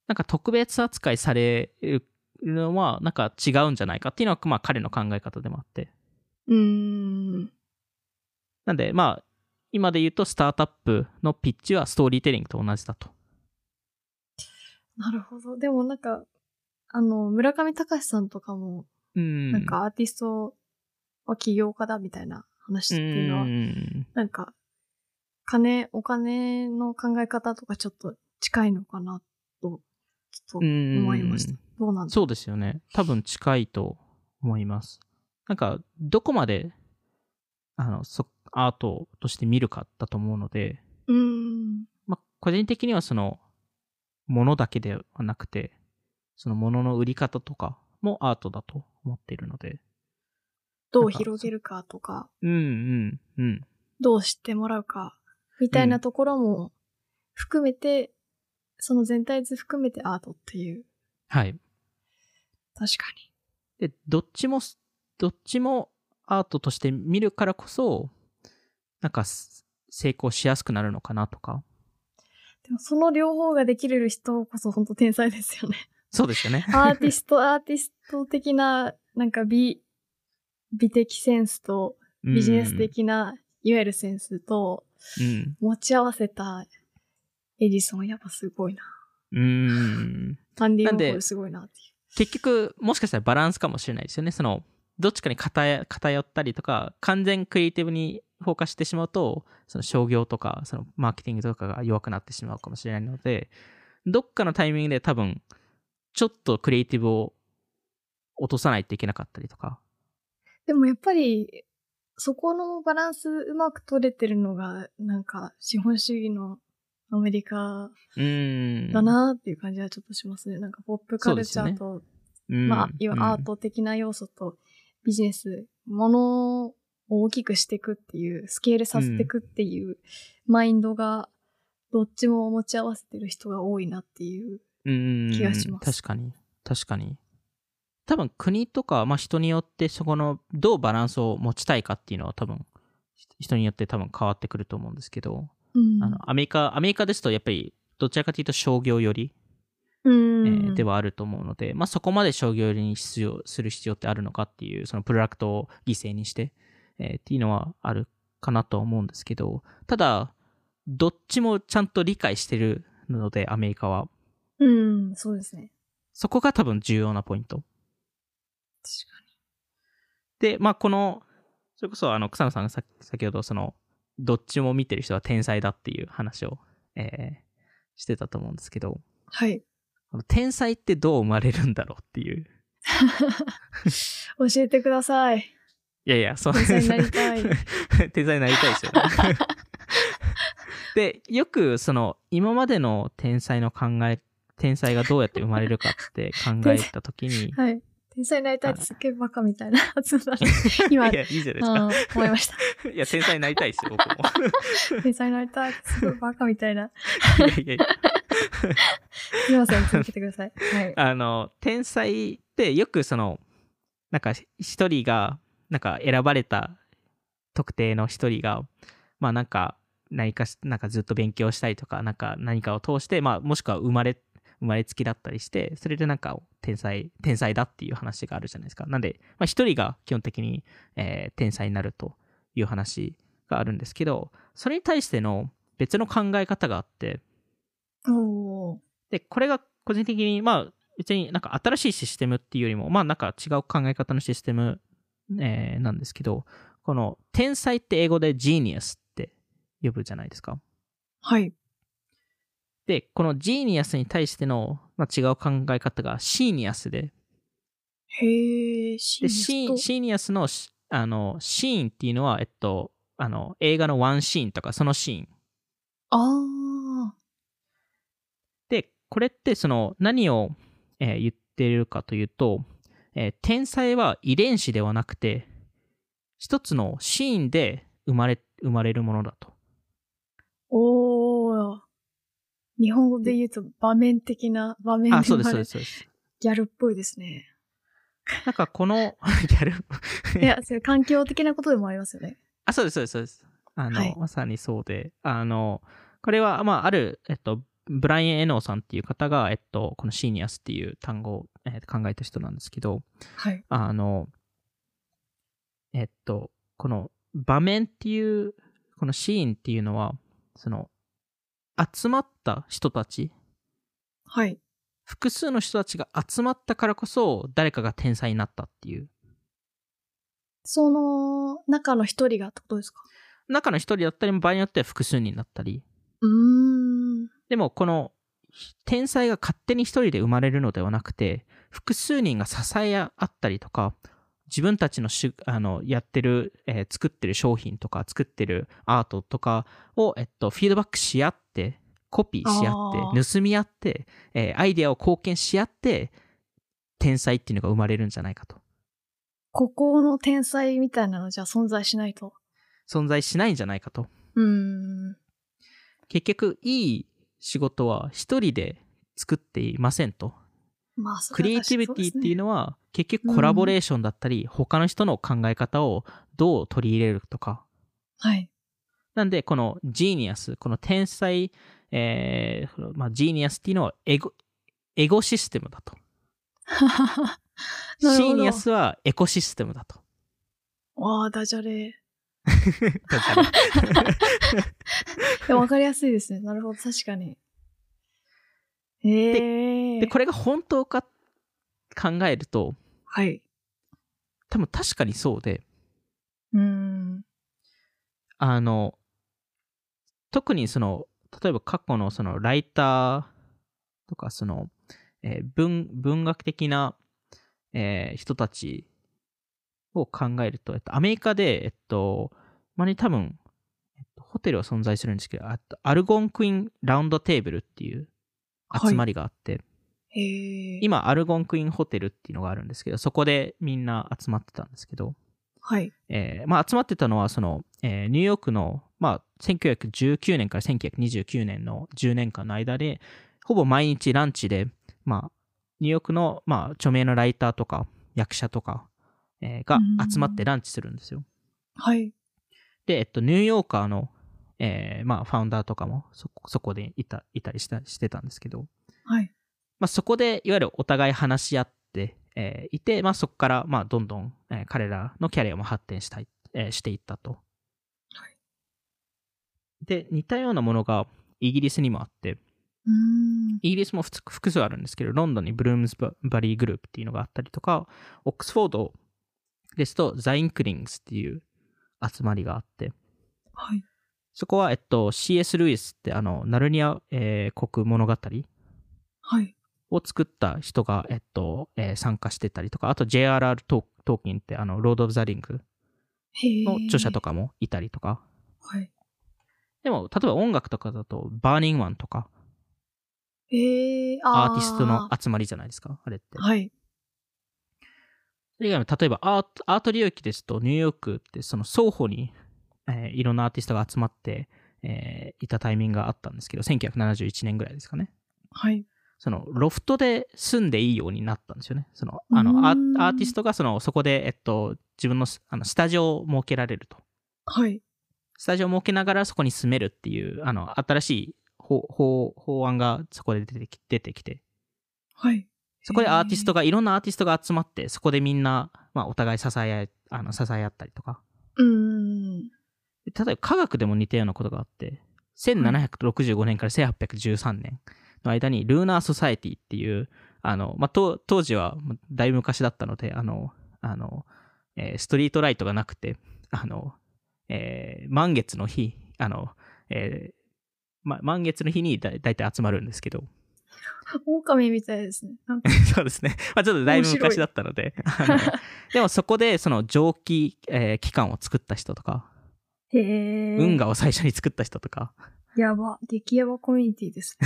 S2: なんか特別扱いされるのはなんか違うんじゃないかっていうのはまあ彼の考え方でもあって。
S1: うーん。
S2: なんでまあ今で言うとスタートアップのピッチはストーリーテリングと同じだと。
S1: なるほど。でもなんか、あの、村上隆さんとかも、
S2: うん。
S1: なんかアーティストは起業家だみたいな話
S2: う
S1: っていうのは、
S2: ん。
S1: なんか、金、お金の考え方とかちょっと近いのかなと、ちょっと思いました。どうなんだ
S2: そうですよね。多分近いと思います。なんかどこまであのそアートとして見るかだと思うので、
S1: う。うーん。
S2: まあ、個人的にはその、ものだけではなくて、そのものの売り方とかもアートだと思っているので。
S1: どう広げるかとか、
S2: うんうんうん。
S1: どう知ってもらうか、みたいなところも含めて、その全体図含めてアートっていう。
S2: はい。
S1: 確か
S2: で、どっちも、どっちもアートとして見るからこそ、なんかす成功しやすくなるのかなとか。
S1: に。でもその両方ができる人こそ本当天才ですよね。
S2: そうですよね。
S1: アーティス ト、アーティスト的な、なんか美、美的センスと、ビジネス的な、いわゆるセンスと、
S2: うん。
S1: 持ち合わせたエジソン、やっぱすごいな。
S2: うん。うん。
S1: アンディ・ウ
S2: な
S1: ォー
S2: んで
S1: ホルすごいなっていう。
S2: 結局、もしかしたらバランスかもしれないですよね。その、どっちかに偏偏ったりとか、完全クリエイティブにフォーカスしてしまうと、その商業とか、そのマーケティングとかが弱くなってしまうかもしれないので、どっかのタイミングで多分、ちょっとクリエイティブを落とさないといけなかったりとか。
S1: でもやっぱり、そこのバランスうまく取れてるのが、なんか資本主義のアメリカ
S2: うーん。
S1: だなっていう感じはちょっとしますね。なんかポップカルチャーと、
S2: うん、
S1: まあ、いわゆるアー
S2: ト。
S1: ト的な要素とビジネス、ものを大きくしていくっていう、スケールさせていくっていうマインドが、どっちも持ち合わせてる人が多いなっていう。
S2: うん。
S1: 気がします
S2: 確かに。確かに。多分国とか、まあ、人によってそこのどうバランスを持ちたいかっていうのは多分人によって多分変わってくると思うんですけど、
S1: うん。
S2: あのアメリカアメリカですとやっぱりどちらかというと商業寄り、
S1: うん
S2: えーではあると思うので、まあ、そこまで商業寄りに必要する必要ってあるのかっていうそのプロダクトを犠牲にして、えーっていうのはあるかなとは思うんですけどただどっちもちゃんと理解してるのでアメリカは
S1: うん、そうですね。
S2: そこが多分重要なポイント
S1: 確か
S2: で、まあ、この、それこそ、あの、草野さんがさ先ほど、その、どっちも見てる人は天才だっていう話を、えーしてたと思うんですけど、
S1: に。はい。
S2: この天才ってどう生まれるんだろうっていう。
S1: 教えてください。
S2: いやいや、そう。
S1: 天才になりたい、
S2: 天才になりたいですよね。で、よくその、今までの天才の考え、天才がどうやって生まれるかって考えたときに
S1: はい。天才になりたいってすっげえバカみたいな発音だね。 今、
S2: いや、いいじゃないで
S1: う
S2: すか。
S1: ん、思いました。
S2: いや、天才になりたいですよ、僕も。
S1: 天才になりたいってすごいバカみたいな。
S2: いやいやいや
S1: すいません、続けてください。はい。
S2: あの、天才ってよくその、なんか一人が、なんか選ばれた特定の一人が、まあなんか何かし、なんかずっと勉強したりとか、なんか何かを通して、まあもしくは生まれ、生まれつきだったりして、それでなんか天才、天才だっていう話があるじゃないですか。なんで、まあ一人が基本的に、えー天才になるという話があるんですけど、それに対しての別の考え方があって、
S1: おー。
S2: で、これが個人的に、まあ、別になんか新しいシステムっていうよりも、まあなんか違う考え方のシステム、えーなんですけど、この天才って英語で genius って呼ぶじゃないですか。
S1: はい。
S2: で、この genius に対しての、まあ、違う考え方が senius で、
S1: へー、シ
S2: で、
S1: ー
S2: シ
S1: ンと
S2: ーシニアスのし、あの、シーンっていうのは、えっと、あの、映画のワンシーンとか、そのシーン。
S1: あ
S2: で、これってその何を、えー言ってるかというと、えー天才は遺伝子ではなくて、一つのシーンで生まれ、生まれるものだと。
S1: ー。おー。日本語で言うと場面的な、場面
S2: あ、
S1: で
S2: そう
S1: 生
S2: です、
S1: ま
S2: そう
S1: れ
S2: です、そうです。
S1: ギャルっぽいですね。
S2: なんかこの、 ギャル、
S1: いや、それ環境的なことでもありますよね。
S2: あ、そうです、そうです、そうです。あの、
S1: はい
S2: まさにそうで、あの、これは、まあ、ある、えっと、ブライアン・エノーさんっていう方が、えっと、このシーニアスっていう単語を、えー考えた人なんですけど、
S1: はい。
S2: あの、えっと、この場面っていう、このシーンっていうのは、その、集まった人たち、
S1: はい。
S2: 複数の人たちが集まったからこそ、誰かが天才になったっていう。
S1: その中の一人がってことですか
S2: 中の一人だったりも、場合によっては複数になったり。
S1: うーん。
S2: でも、この、天才が勝手に一人で生まれるのではなくて、複数人が支え合ったりとか、自分たちのしあのやってる、えー作ってる商品とか、作ってるアートとかを、えっと、フィードバックし合って、コピーし合
S1: あ
S2: って、盗み合って、えーアイデアを貢献し合って、天才っていうのが生まれるんじゃないかと。
S1: ここの天才みたいなのじゃ存在しないと。
S2: 存在しないんじゃないかと。
S1: うーん。
S2: 結局、いい仕事は一人で作っていませんと。
S1: まあ、そ
S2: クリエイティビティっていう
S1: う
S2: のは結局コラボレーションだったり、他の人の考え方をどう取り入れるとか
S1: はい。
S2: なんでこのジーニアスこの天才、えーまあ、ジーニアスっていうのはエゴエゴシステムだと
S1: なる
S2: ジ
S1: ほど
S2: ーニアスはエコシステムだと
S1: わあ、ダジャレ。
S2: だから
S1: いやわかりやすいですね。なるほど、確かに。ええ
S2: でこれが本当か考えると
S1: はい。
S2: 多分確かにそうで
S1: うーん。
S2: あの特にその例えば過去のそのライターとかその、えー文文学的な、えー人たちを考えると、えっと、アメリカで、えっと、まに多分、えっと、ホテルは存在するんですけど、あとアルゴンクインラウンドテーブルっていう集まりがあって、
S1: ええ
S2: 今、アルゴンクインホテルっていうのがあるんですけど、そこでみんな集まってたんですけど、
S1: はい。
S2: えーまあ、集まってたのはその、えーニューヨークの、まあ、1919年から1929年の10年間の間でほぼ毎日ランチで、まあ、ニューヨークの、まあ、著名なライターとか役者とか、えーが集まってランチするんですよ。
S1: はい。
S2: で、えっと、ニューヨーカーの、えーまあ、ファウンダーとかもそそこでいたいたりしたしてたんですけど、
S1: はい。
S2: まあ、そこでいわゆるお互い話し合って、えーいて、まあ、そこから、まあ、どんどん、えー彼らのキャリアも発展したい、えーしていったと。
S1: はい
S2: で似たようなものがイギリスにもあって
S1: うーん。
S2: イギリスもふつ複数あるんですけどロンドンにブルームズバリーグループっていうのがあったりとかオックスフォードですとザインクリングスっていう集まりがあって
S1: はい。
S2: そこは、えっと、C.S. ルイスってあのナルニア、えー国物語
S1: はい。
S2: を作った人が、えっと、えー参加してたりとか、あと JRR トートーキンって、あの、ロード・オブ・ザ・リング
S1: へ
S2: の著者と
S1: か。
S2: かもいたりとか、
S1: はい。
S2: でも、例えば音楽とかだと、バーニングマンとか、
S1: へえ
S2: アーティストの集まりじゃないですか、あれって。
S1: はい。
S2: それ以外も例えばアート、アート領域ですと、ニューヨークって、その双方に、えーいろんなアーティストが集まって、えーいたタイミングがあったんですけど、1971年ぐらいですかね。
S1: はい。
S2: そのロフトで住んでいいようになったんですよね。そのあのア
S1: うーん
S2: ーアーティストがそのそこで、えっと、自分のスあのスタジオを設けられると。
S1: はい。
S2: スタジオを設けながらそこに住めるっていうあの新しい法法法案がそこで出てき出てきて、
S1: はい。
S2: そこでアーティストが、いろんなアーティストが集まって、そこでみんな、まあ、お互い支え合いあの支え合ったりとか。
S1: うーん。
S2: で例えば科学でも似たようなことがあって、1765年から1813年の間に、ルーナー・ソサエティっていう、あの、まあ、と当時はまあだいぶ昔だったので、あの、あの、えーストリートライトがなくて、あの、えー満月の日、あの、えーま、満月の日にだだいたい集まるんですけど、
S1: 狼みたいですね。なんか
S2: そうですね。まあ、ちょっとだいぶ
S1: 面白い
S2: 昔だったので、あのでもそこでその蒸気、えー機関を作った人とか、
S1: へえ。
S2: 運河を最初に作った人とか、
S1: やば。激ヤバコミュニティです。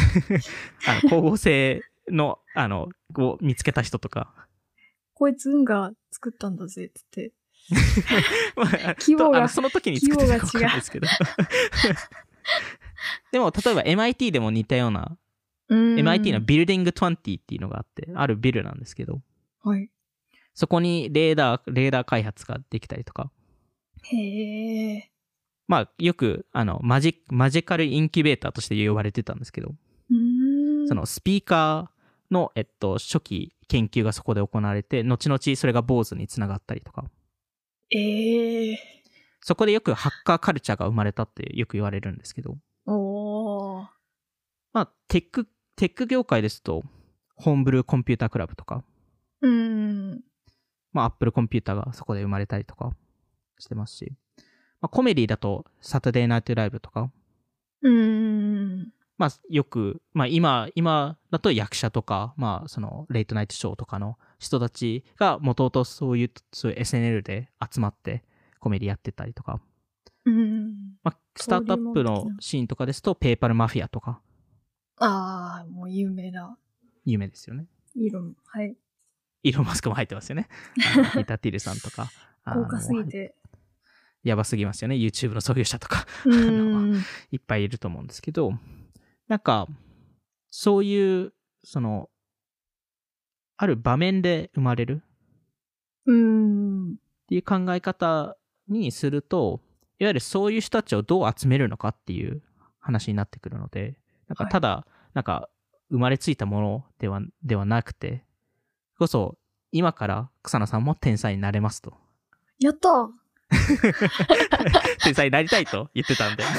S2: あの光合成の、あの、を見つけた人とか。
S1: こいつ運が作ったんだぜ、つって。
S2: まあ
S1: 規模が
S2: とあのその時に作ってたかわかんないですけど。 でも、例えば MIT でも似たような、MIT のビルディング20っていうのがあって、あるビルなんですけど、
S1: はい。
S2: そこにレーダー、レーダー開発ができたりとか、
S1: へえ。
S2: まあ、よく、あの、マジ、マジカルインキュベーターとして呼ばれてたんですけど、
S1: うーん。
S2: そのスピーカーの、えっと、初期研究がそこで行われて、後々それが BOSE につながったりとか。
S1: ええ。
S2: そこでよくハッカーカルチャーが生まれたってよく言われるんですけど、
S1: おー。
S2: まあ、テック、テック業界ですと、ホームブルーコンピュータークラブとか、
S1: うーん。
S2: まあ、アップルコンピューターがそこで生まれたりとかしてますし、まあ、コメディだと、サタデーナイトライブとか、
S1: うーん。
S2: まあ、よく、まあ、今、今だと役者とか、まあ、その、レイトナイトショーとかの人たちが、もともとそういう、そういう SNL で集まって、コメディやってたりとか、
S1: うーん。
S2: まあ、スタートアップのシーンとかですと、ペーパルマフィアとか、
S1: あー、もう有名な
S2: 有名ですよね。
S1: イーロン。はい。
S2: イーロン・マスクも入ってます よね。あのイタティルさんとか。あの
S1: 豪華すぎ。て。
S2: やばすぎますよね。YouTube の創業者とか、
S1: う
S2: の
S1: ーん。
S2: いっぱいいると思うんですけど、なんか、そういう、その、ある場面で生まれる
S1: うーん。
S2: っていう考え方にすると、いわゆるそういう人たちをどう集めるのかっていう話になってくるので、なんか
S1: はい
S2: ただ、なんか生まれついたものではではなくて、こそ今から草野さんも天才になれますと。
S1: やったー
S2: 天才になりたいと言って たんで。
S1: やっ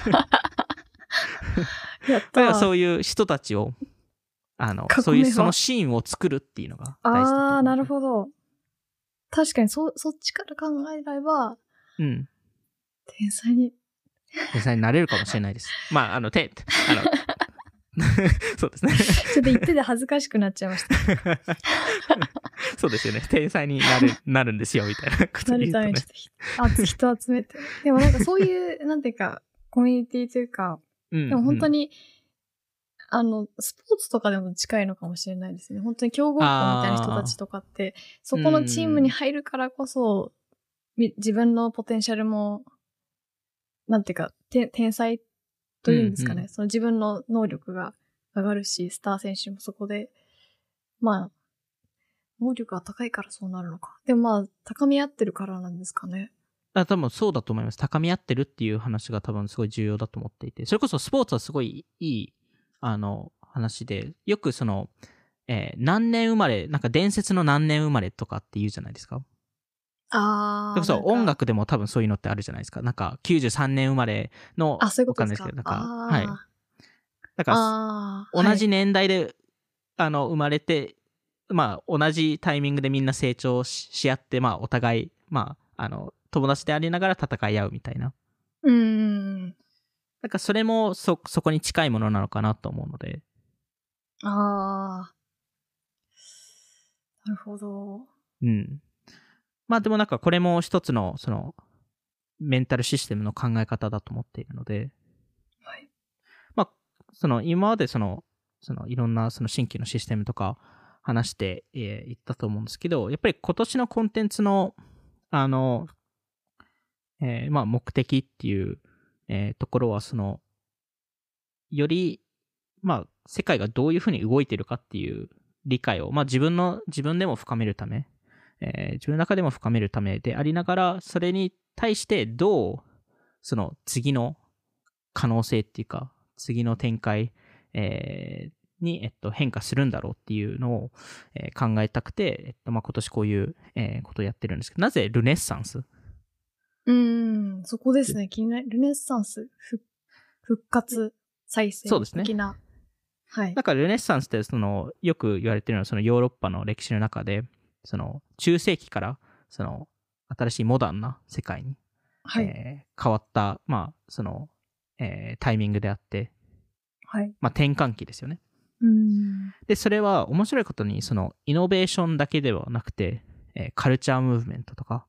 S1: た
S2: だから
S1: ー
S2: そういう人たちを、あ
S1: 囲
S2: の
S1: め、ば
S2: そういうそのシーンを作るっていうのが大事だと思う
S1: あー、なるほど。確かに、そ、そっちから考えれば、
S2: うん。
S1: 天才に。
S2: 天才になれるかもしれな いです。まあ、あの、て、あの、 そ うですね。
S1: ちょっと言ってて恥ずかしくなっちゃいま した。
S2: そうですよね。天才になる、なるんですよ、みたいなこと
S1: な
S2: 言
S1: る
S2: うと
S1: ため
S2: ね
S1: にちょ。っと人人集めて。でもなんかそういう、なんていうか、コミュニティというか、
S2: うん
S1: でも本当
S2: うん
S1: に、あの、スポーツとかでも近いのかもしれないですね。本当に強豪校みたいな人たちとかって、そこのチームに入るからこそ、み自分のポテンシャルも、なんていうか、て天才というんですかね、
S2: うんう
S1: その自分の能力が上がるし、スター選手もそこで、まあ、能力が高いからそうなるのか。でもまあ、高め合ってるからなんですかね。
S2: あ多分そうだと思います。高め合ってるっていう話が多分すごい重要だと思っていて、それこそスポーツはすごいいい、あの、話で、よくその、えー何年生まれ、なんか伝説の何年生まれとかって言うじゃないですか。
S1: あ
S2: だ
S1: あ。
S2: からそう、音
S1: なんか。
S2: 楽でも多分そういうのってあるじゃないですか。なんか93年生まれの、
S1: あ、そういうことですか。
S2: わかんないですけど、なんか、はい。
S1: あー
S2: だか
S1: あー。
S2: ら、同じ年代で、あの、生まれて、まあ、同じタイミングでみんな成長しし合って、まあ、お互い、まあ、あの、友達でありながら戦い合うみたいな。
S1: うーん。
S2: なんかそれもそ、そこに近いものなのかなと思うので、
S1: ああ。なるほど。
S2: うん。まあでもなんかこれも一つのそのメンタルシステムの考え方だと思っているので、
S1: はい。
S2: まあその今までそのそのいろんなその新規のシステムとか話してい、えーいったと思うんですけど、やっぱり今年のコンテンツのあの、えーまあ目的っていう、えーところはそのよりまあ世界がどういうふうに動いてるかっていう理解をまあ自分の自分でも深めるためえー自分の中でも深めるためでありながら、それに対してどう、その次の可能性っていうか、次の展開、えーに、えっと、変化するんだろうっていうのを、えー考えたくて、えっとまあ、今年こういう、えーことをやってるんですけど、なぜルネッサンス
S1: うーん、そこですね。気になる。ルネッサンス、ふ復活、再生
S2: そうですね
S1: 的な。はい
S2: だ。からルネッサンスってそのよく言われてるのはそのヨーロッパの歴史の中でその中世紀からその新しいモダンな世界に、
S1: はい。
S2: えー変わった、まあそのえータイミングであって、
S1: はい。
S2: まあ、転換期ですよね。
S1: うーん。
S2: で、それは面白いことに、その、イノベーションだけではなくて、えーカルチャームーブメントとか、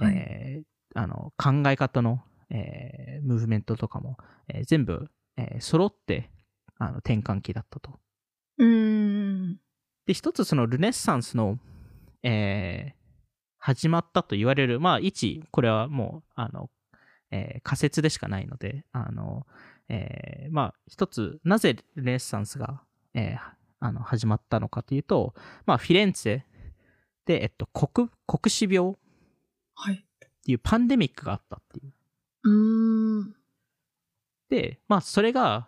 S2: えー
S1: は
S2: あの、考え方の、えームーブメントとかも、えー全部、えー揃って、あの、転換期だったと。
S1: うーん。
S2: で、一つそのルネッサンスの、えー始まったと言われる、まあ、一、これはもう、あの、えー仮説でしかないので、あの、えーまあ、一つ、なぜルネッサンスが、えーあの、始まったのかというと、まあ、フィレンツェで、えっと、国、国死病っ
S1: はい。
S2: ていうパンデミックがあったっていう。
S1: うーん。
S2: で、まあ、それが、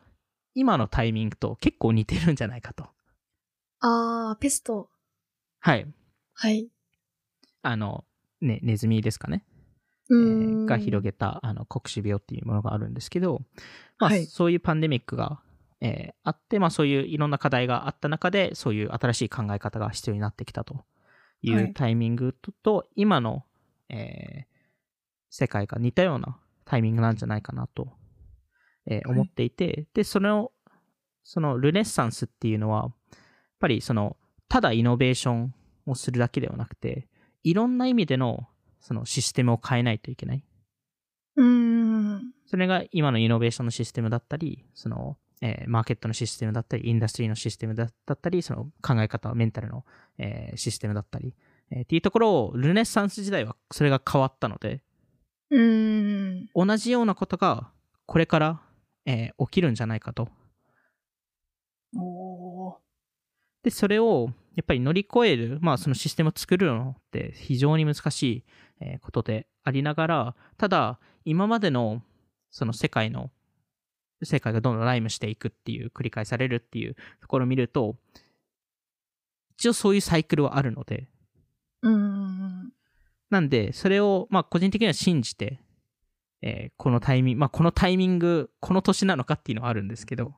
S2: 今のタイミングと結構似てるんじゃないかと。
S1: あー、ペスト。
S2: はい。
S1: はい。
S2: あの、ね、ネズミですかね。
S1: う
S2: え
S1: ー
S2: ー
S1: ん。
S2: が広げたあの国死病っていうものがあるんですけど、まあ
S1: はい
S2: そういうパンデミックが、えーあって、まあ、そういういろんな課題があった中でそういう新しい考え方が必要になってきたとい
S1: は
S2: う
S1: い
S2: タイミングと,、と今の、えー世界が似たようなタイミングなんじゃないかなと、えー
S1: はい
S2: 思っていて、でそれをそのルネッサンスっていうのはやっぱりそのただイノベーションをするだけではなくていろんな意味でのそのシステムを変えないといけないう
S1: ーん。
S2: それが今のイノベーションのシステムだったり、その、えーマーケットのシステムだったり、インダストリーのシステムだだったり、その考え方、メンタルの、えーシステムだったり、えーっていうところを、ルネッサンス時代はそれが変わったので、
S1: うーん。
S2: 同じようなことがこれから、えー起きるんじゃないかと。
S1: おー。
S2: で、それをやっぱり乗り越える、まあそのシステムを作るのって非常に難しい、えーことでありながら、ただ今までのその世界の、世界がどんどんライムしていくっていう、繰り返されるっていうところを見ると、一応そういうサイクルはあるので、
S1: うーん。
S2: なんで、それを、まあ、個人的には信じて、えーこのタイミング、まあ、このタイミング、この年なのかっていうのはあるんですけど、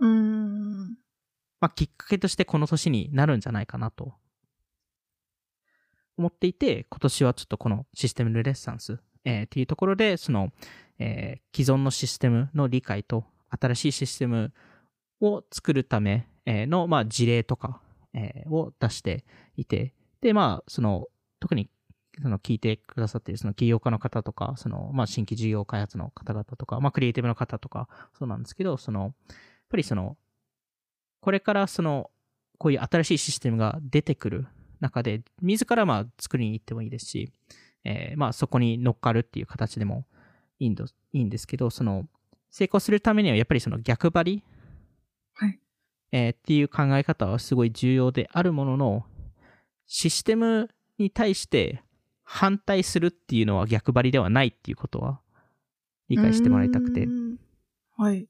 S1: うーん。
S2: まあ、きっかけとしてこの年になるんじゃないかなと思っていて、今年はちょっとこのシステムルネッサンス、えーっていうところで、その、えー既存のシステムの理解と新しいシステムを作るためえーの、まあ、事例とか、えーを出していて、で、まあ、その、特にその聞いてくださっているその起業家の方とか、そのまあ、新規事業開発の方々とか、まあ、クリエイティブの方とか、そうなんですけど、そのやっぱりその、これからその、こういう新しいシステムが出てくる中で、自らまあ作りに行ってもいいですし、えーまあ、そこに乗っかるっていう形でもいいんどいいんですけど、その成功するためにはやっぱりその逆張り、
S1: はい
S2: えーっていう考え方はすごい重要であるものの、システムに対して反対するっていうのは逆張りではないっていうことは理解してもらいたくて
S1: うー、ん。はい。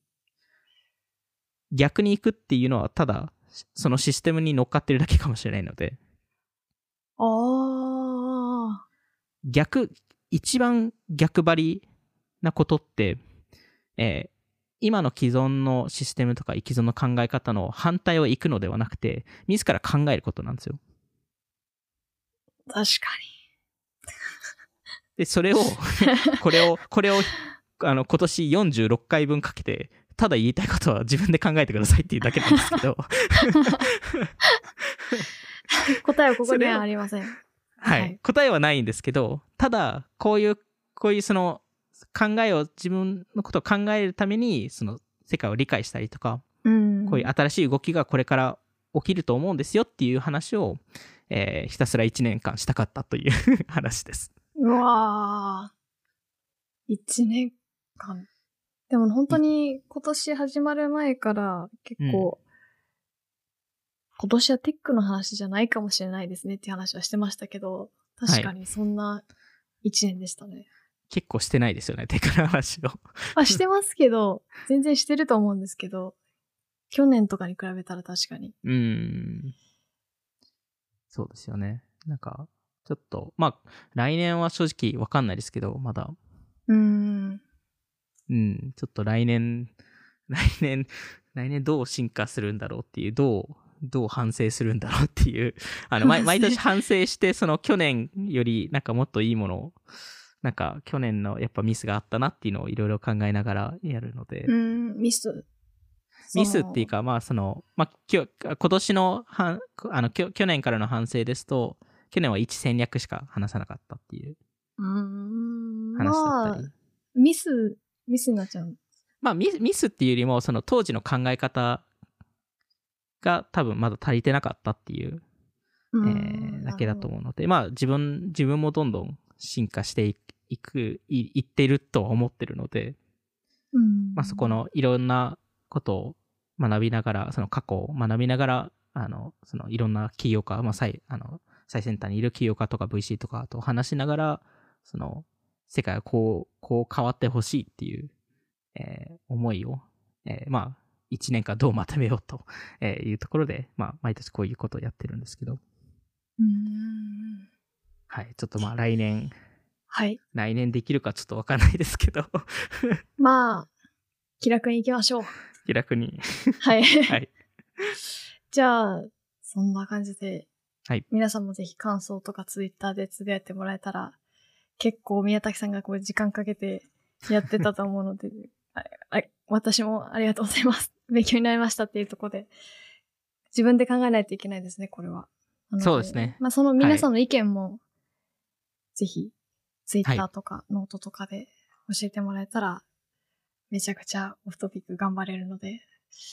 S2: 逆に行くっていうのはただそのシステムに乗っかってるだけかもしれないので、
S1: あー。
S2: 逆、一番逆張りなことって、えー今の既存のシステムとか既存の考え方の反対を行くのではなくて、自ら考えることなんですよ。
S1: 確か
S2: で、それを、これを、これを、あの、今年46回分かけて、ただ言いたいことは自分で考えてくださいっていうだけなんですけど、
S1: 答えはここに
S2: それ
S1: は
S2: を
S1: ありません。
S2: はい、
S1: はい
S2: 答えはないんですけどただこういうこういうその考えを自分のことを考えるためにその世界を理解したりとか
S1: うん。
S2: こういう新しい動きがこれから起きると思うんですよっていう話を、えーひたすら1年間したかったという 話です。
S1: うわー。一年間。でも本当に今年始まる前から結構、今年はテックの話じゃないかもしれないですねっていう話はしてましたけど、確かにそんな一年でしたね。
S2: 結構してないですよね、テクの話を。
S1: あ、してますけど、全然してると思うんですけど、去年とかに比べたら確かに。
S2: うーん。そうですよね。なんか、ちょっと、まあ、来年は正直わかんないですけど、まだ、
S1: うーん。
S2: うん、ちょっと来年、 来年、来年どう進化するんだろうっていう、どう、どう反省するんだろうっていう、 あの、毎
S1: 反
S2: 毎
S1: 省
S2: 年反省して、その去年より、なんかもっといいものを、なんか去年のやっぱミスがあったなっていうのをいろいろ考えながらやるので、
S1: うーん、ミス。
S2: ミスっていう
S1: か。
S2: か、まあ、その、まあ、きょ今年の反、あの、きょ去年からの反省ですと、去年は1戦略しか話さなかったっていう
S1: うーん。
S2: 話だっ
S1: ま
S2: た
S1: あ
S2: り。、
S1: ミス、ミスになっちゃう。
S2: まあ、ミスミスっていうよりも、その当時の考え方が多分まだ足りてなかったっていう、
S1: え
S2: えーだけだと思うので、まあ、自分、自分もどんどん進化していく、いくいいってるとは思ってるので、
S1: う。ん、
S2: まあ、そこのいろんなことを学びながら、その過去を学びながら、あの、そのいろんな企業家、まあ、最、あの、最先端にいる企業家とか VC とかと話しながら、その、世界はこう、こう変わってほしいっていう、えー思いを、えーまあ、一年間どうまとめようと、えーいうところで、まあ、毎年こういうことをやってるんですけど、
S1: うん。
S2: はい、ちょっとまあ、来年、
S1: はい。
S2: 来年できるかちょっとわかんないですけど、
S1: まあ、気楽に行きましょう。
S2: 気楽に。
S1: はい。
S2: はい。
S1: じゃあ、そんな感じで、
S2: はい
S1: 皆さんもぜひ感想とかツイッターでつぶやいてもらえたら、結構宮崎さんがこう時間かけてやってたと思うの で、ああ私もありがとうございます。 勉強になりましたっていうところで、自分で考えないといけないですね、これは。なの
S2: そうですね
S1: まあ、その皆さんの意見も、ぜひ、ツイッターとかノートとかで教えてもらえたら、めちゃくちゃオフトピック頑張れるので、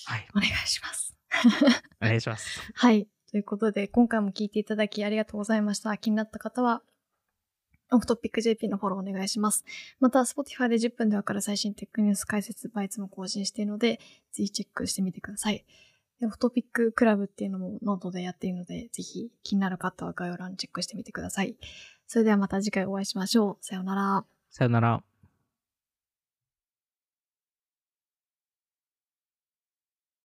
S2: はい、
S1: お願いします。
S2: お願いします。
S1: はい。ということで、今回も聞いていただきありがとうございました。気になった方は、オフトピック JP のフォローお願いします。また、Spotify で10分でわかる最新テックニュース解説バイツも更新しているので、ぜひチェックしてみてください。でオフトピッククラブっていうのもノートでやっているので、ぜひ気になる方は概要欄チェックしてみてください。それではまた次回お会いしましょう。さようなら。
S2: さよなら。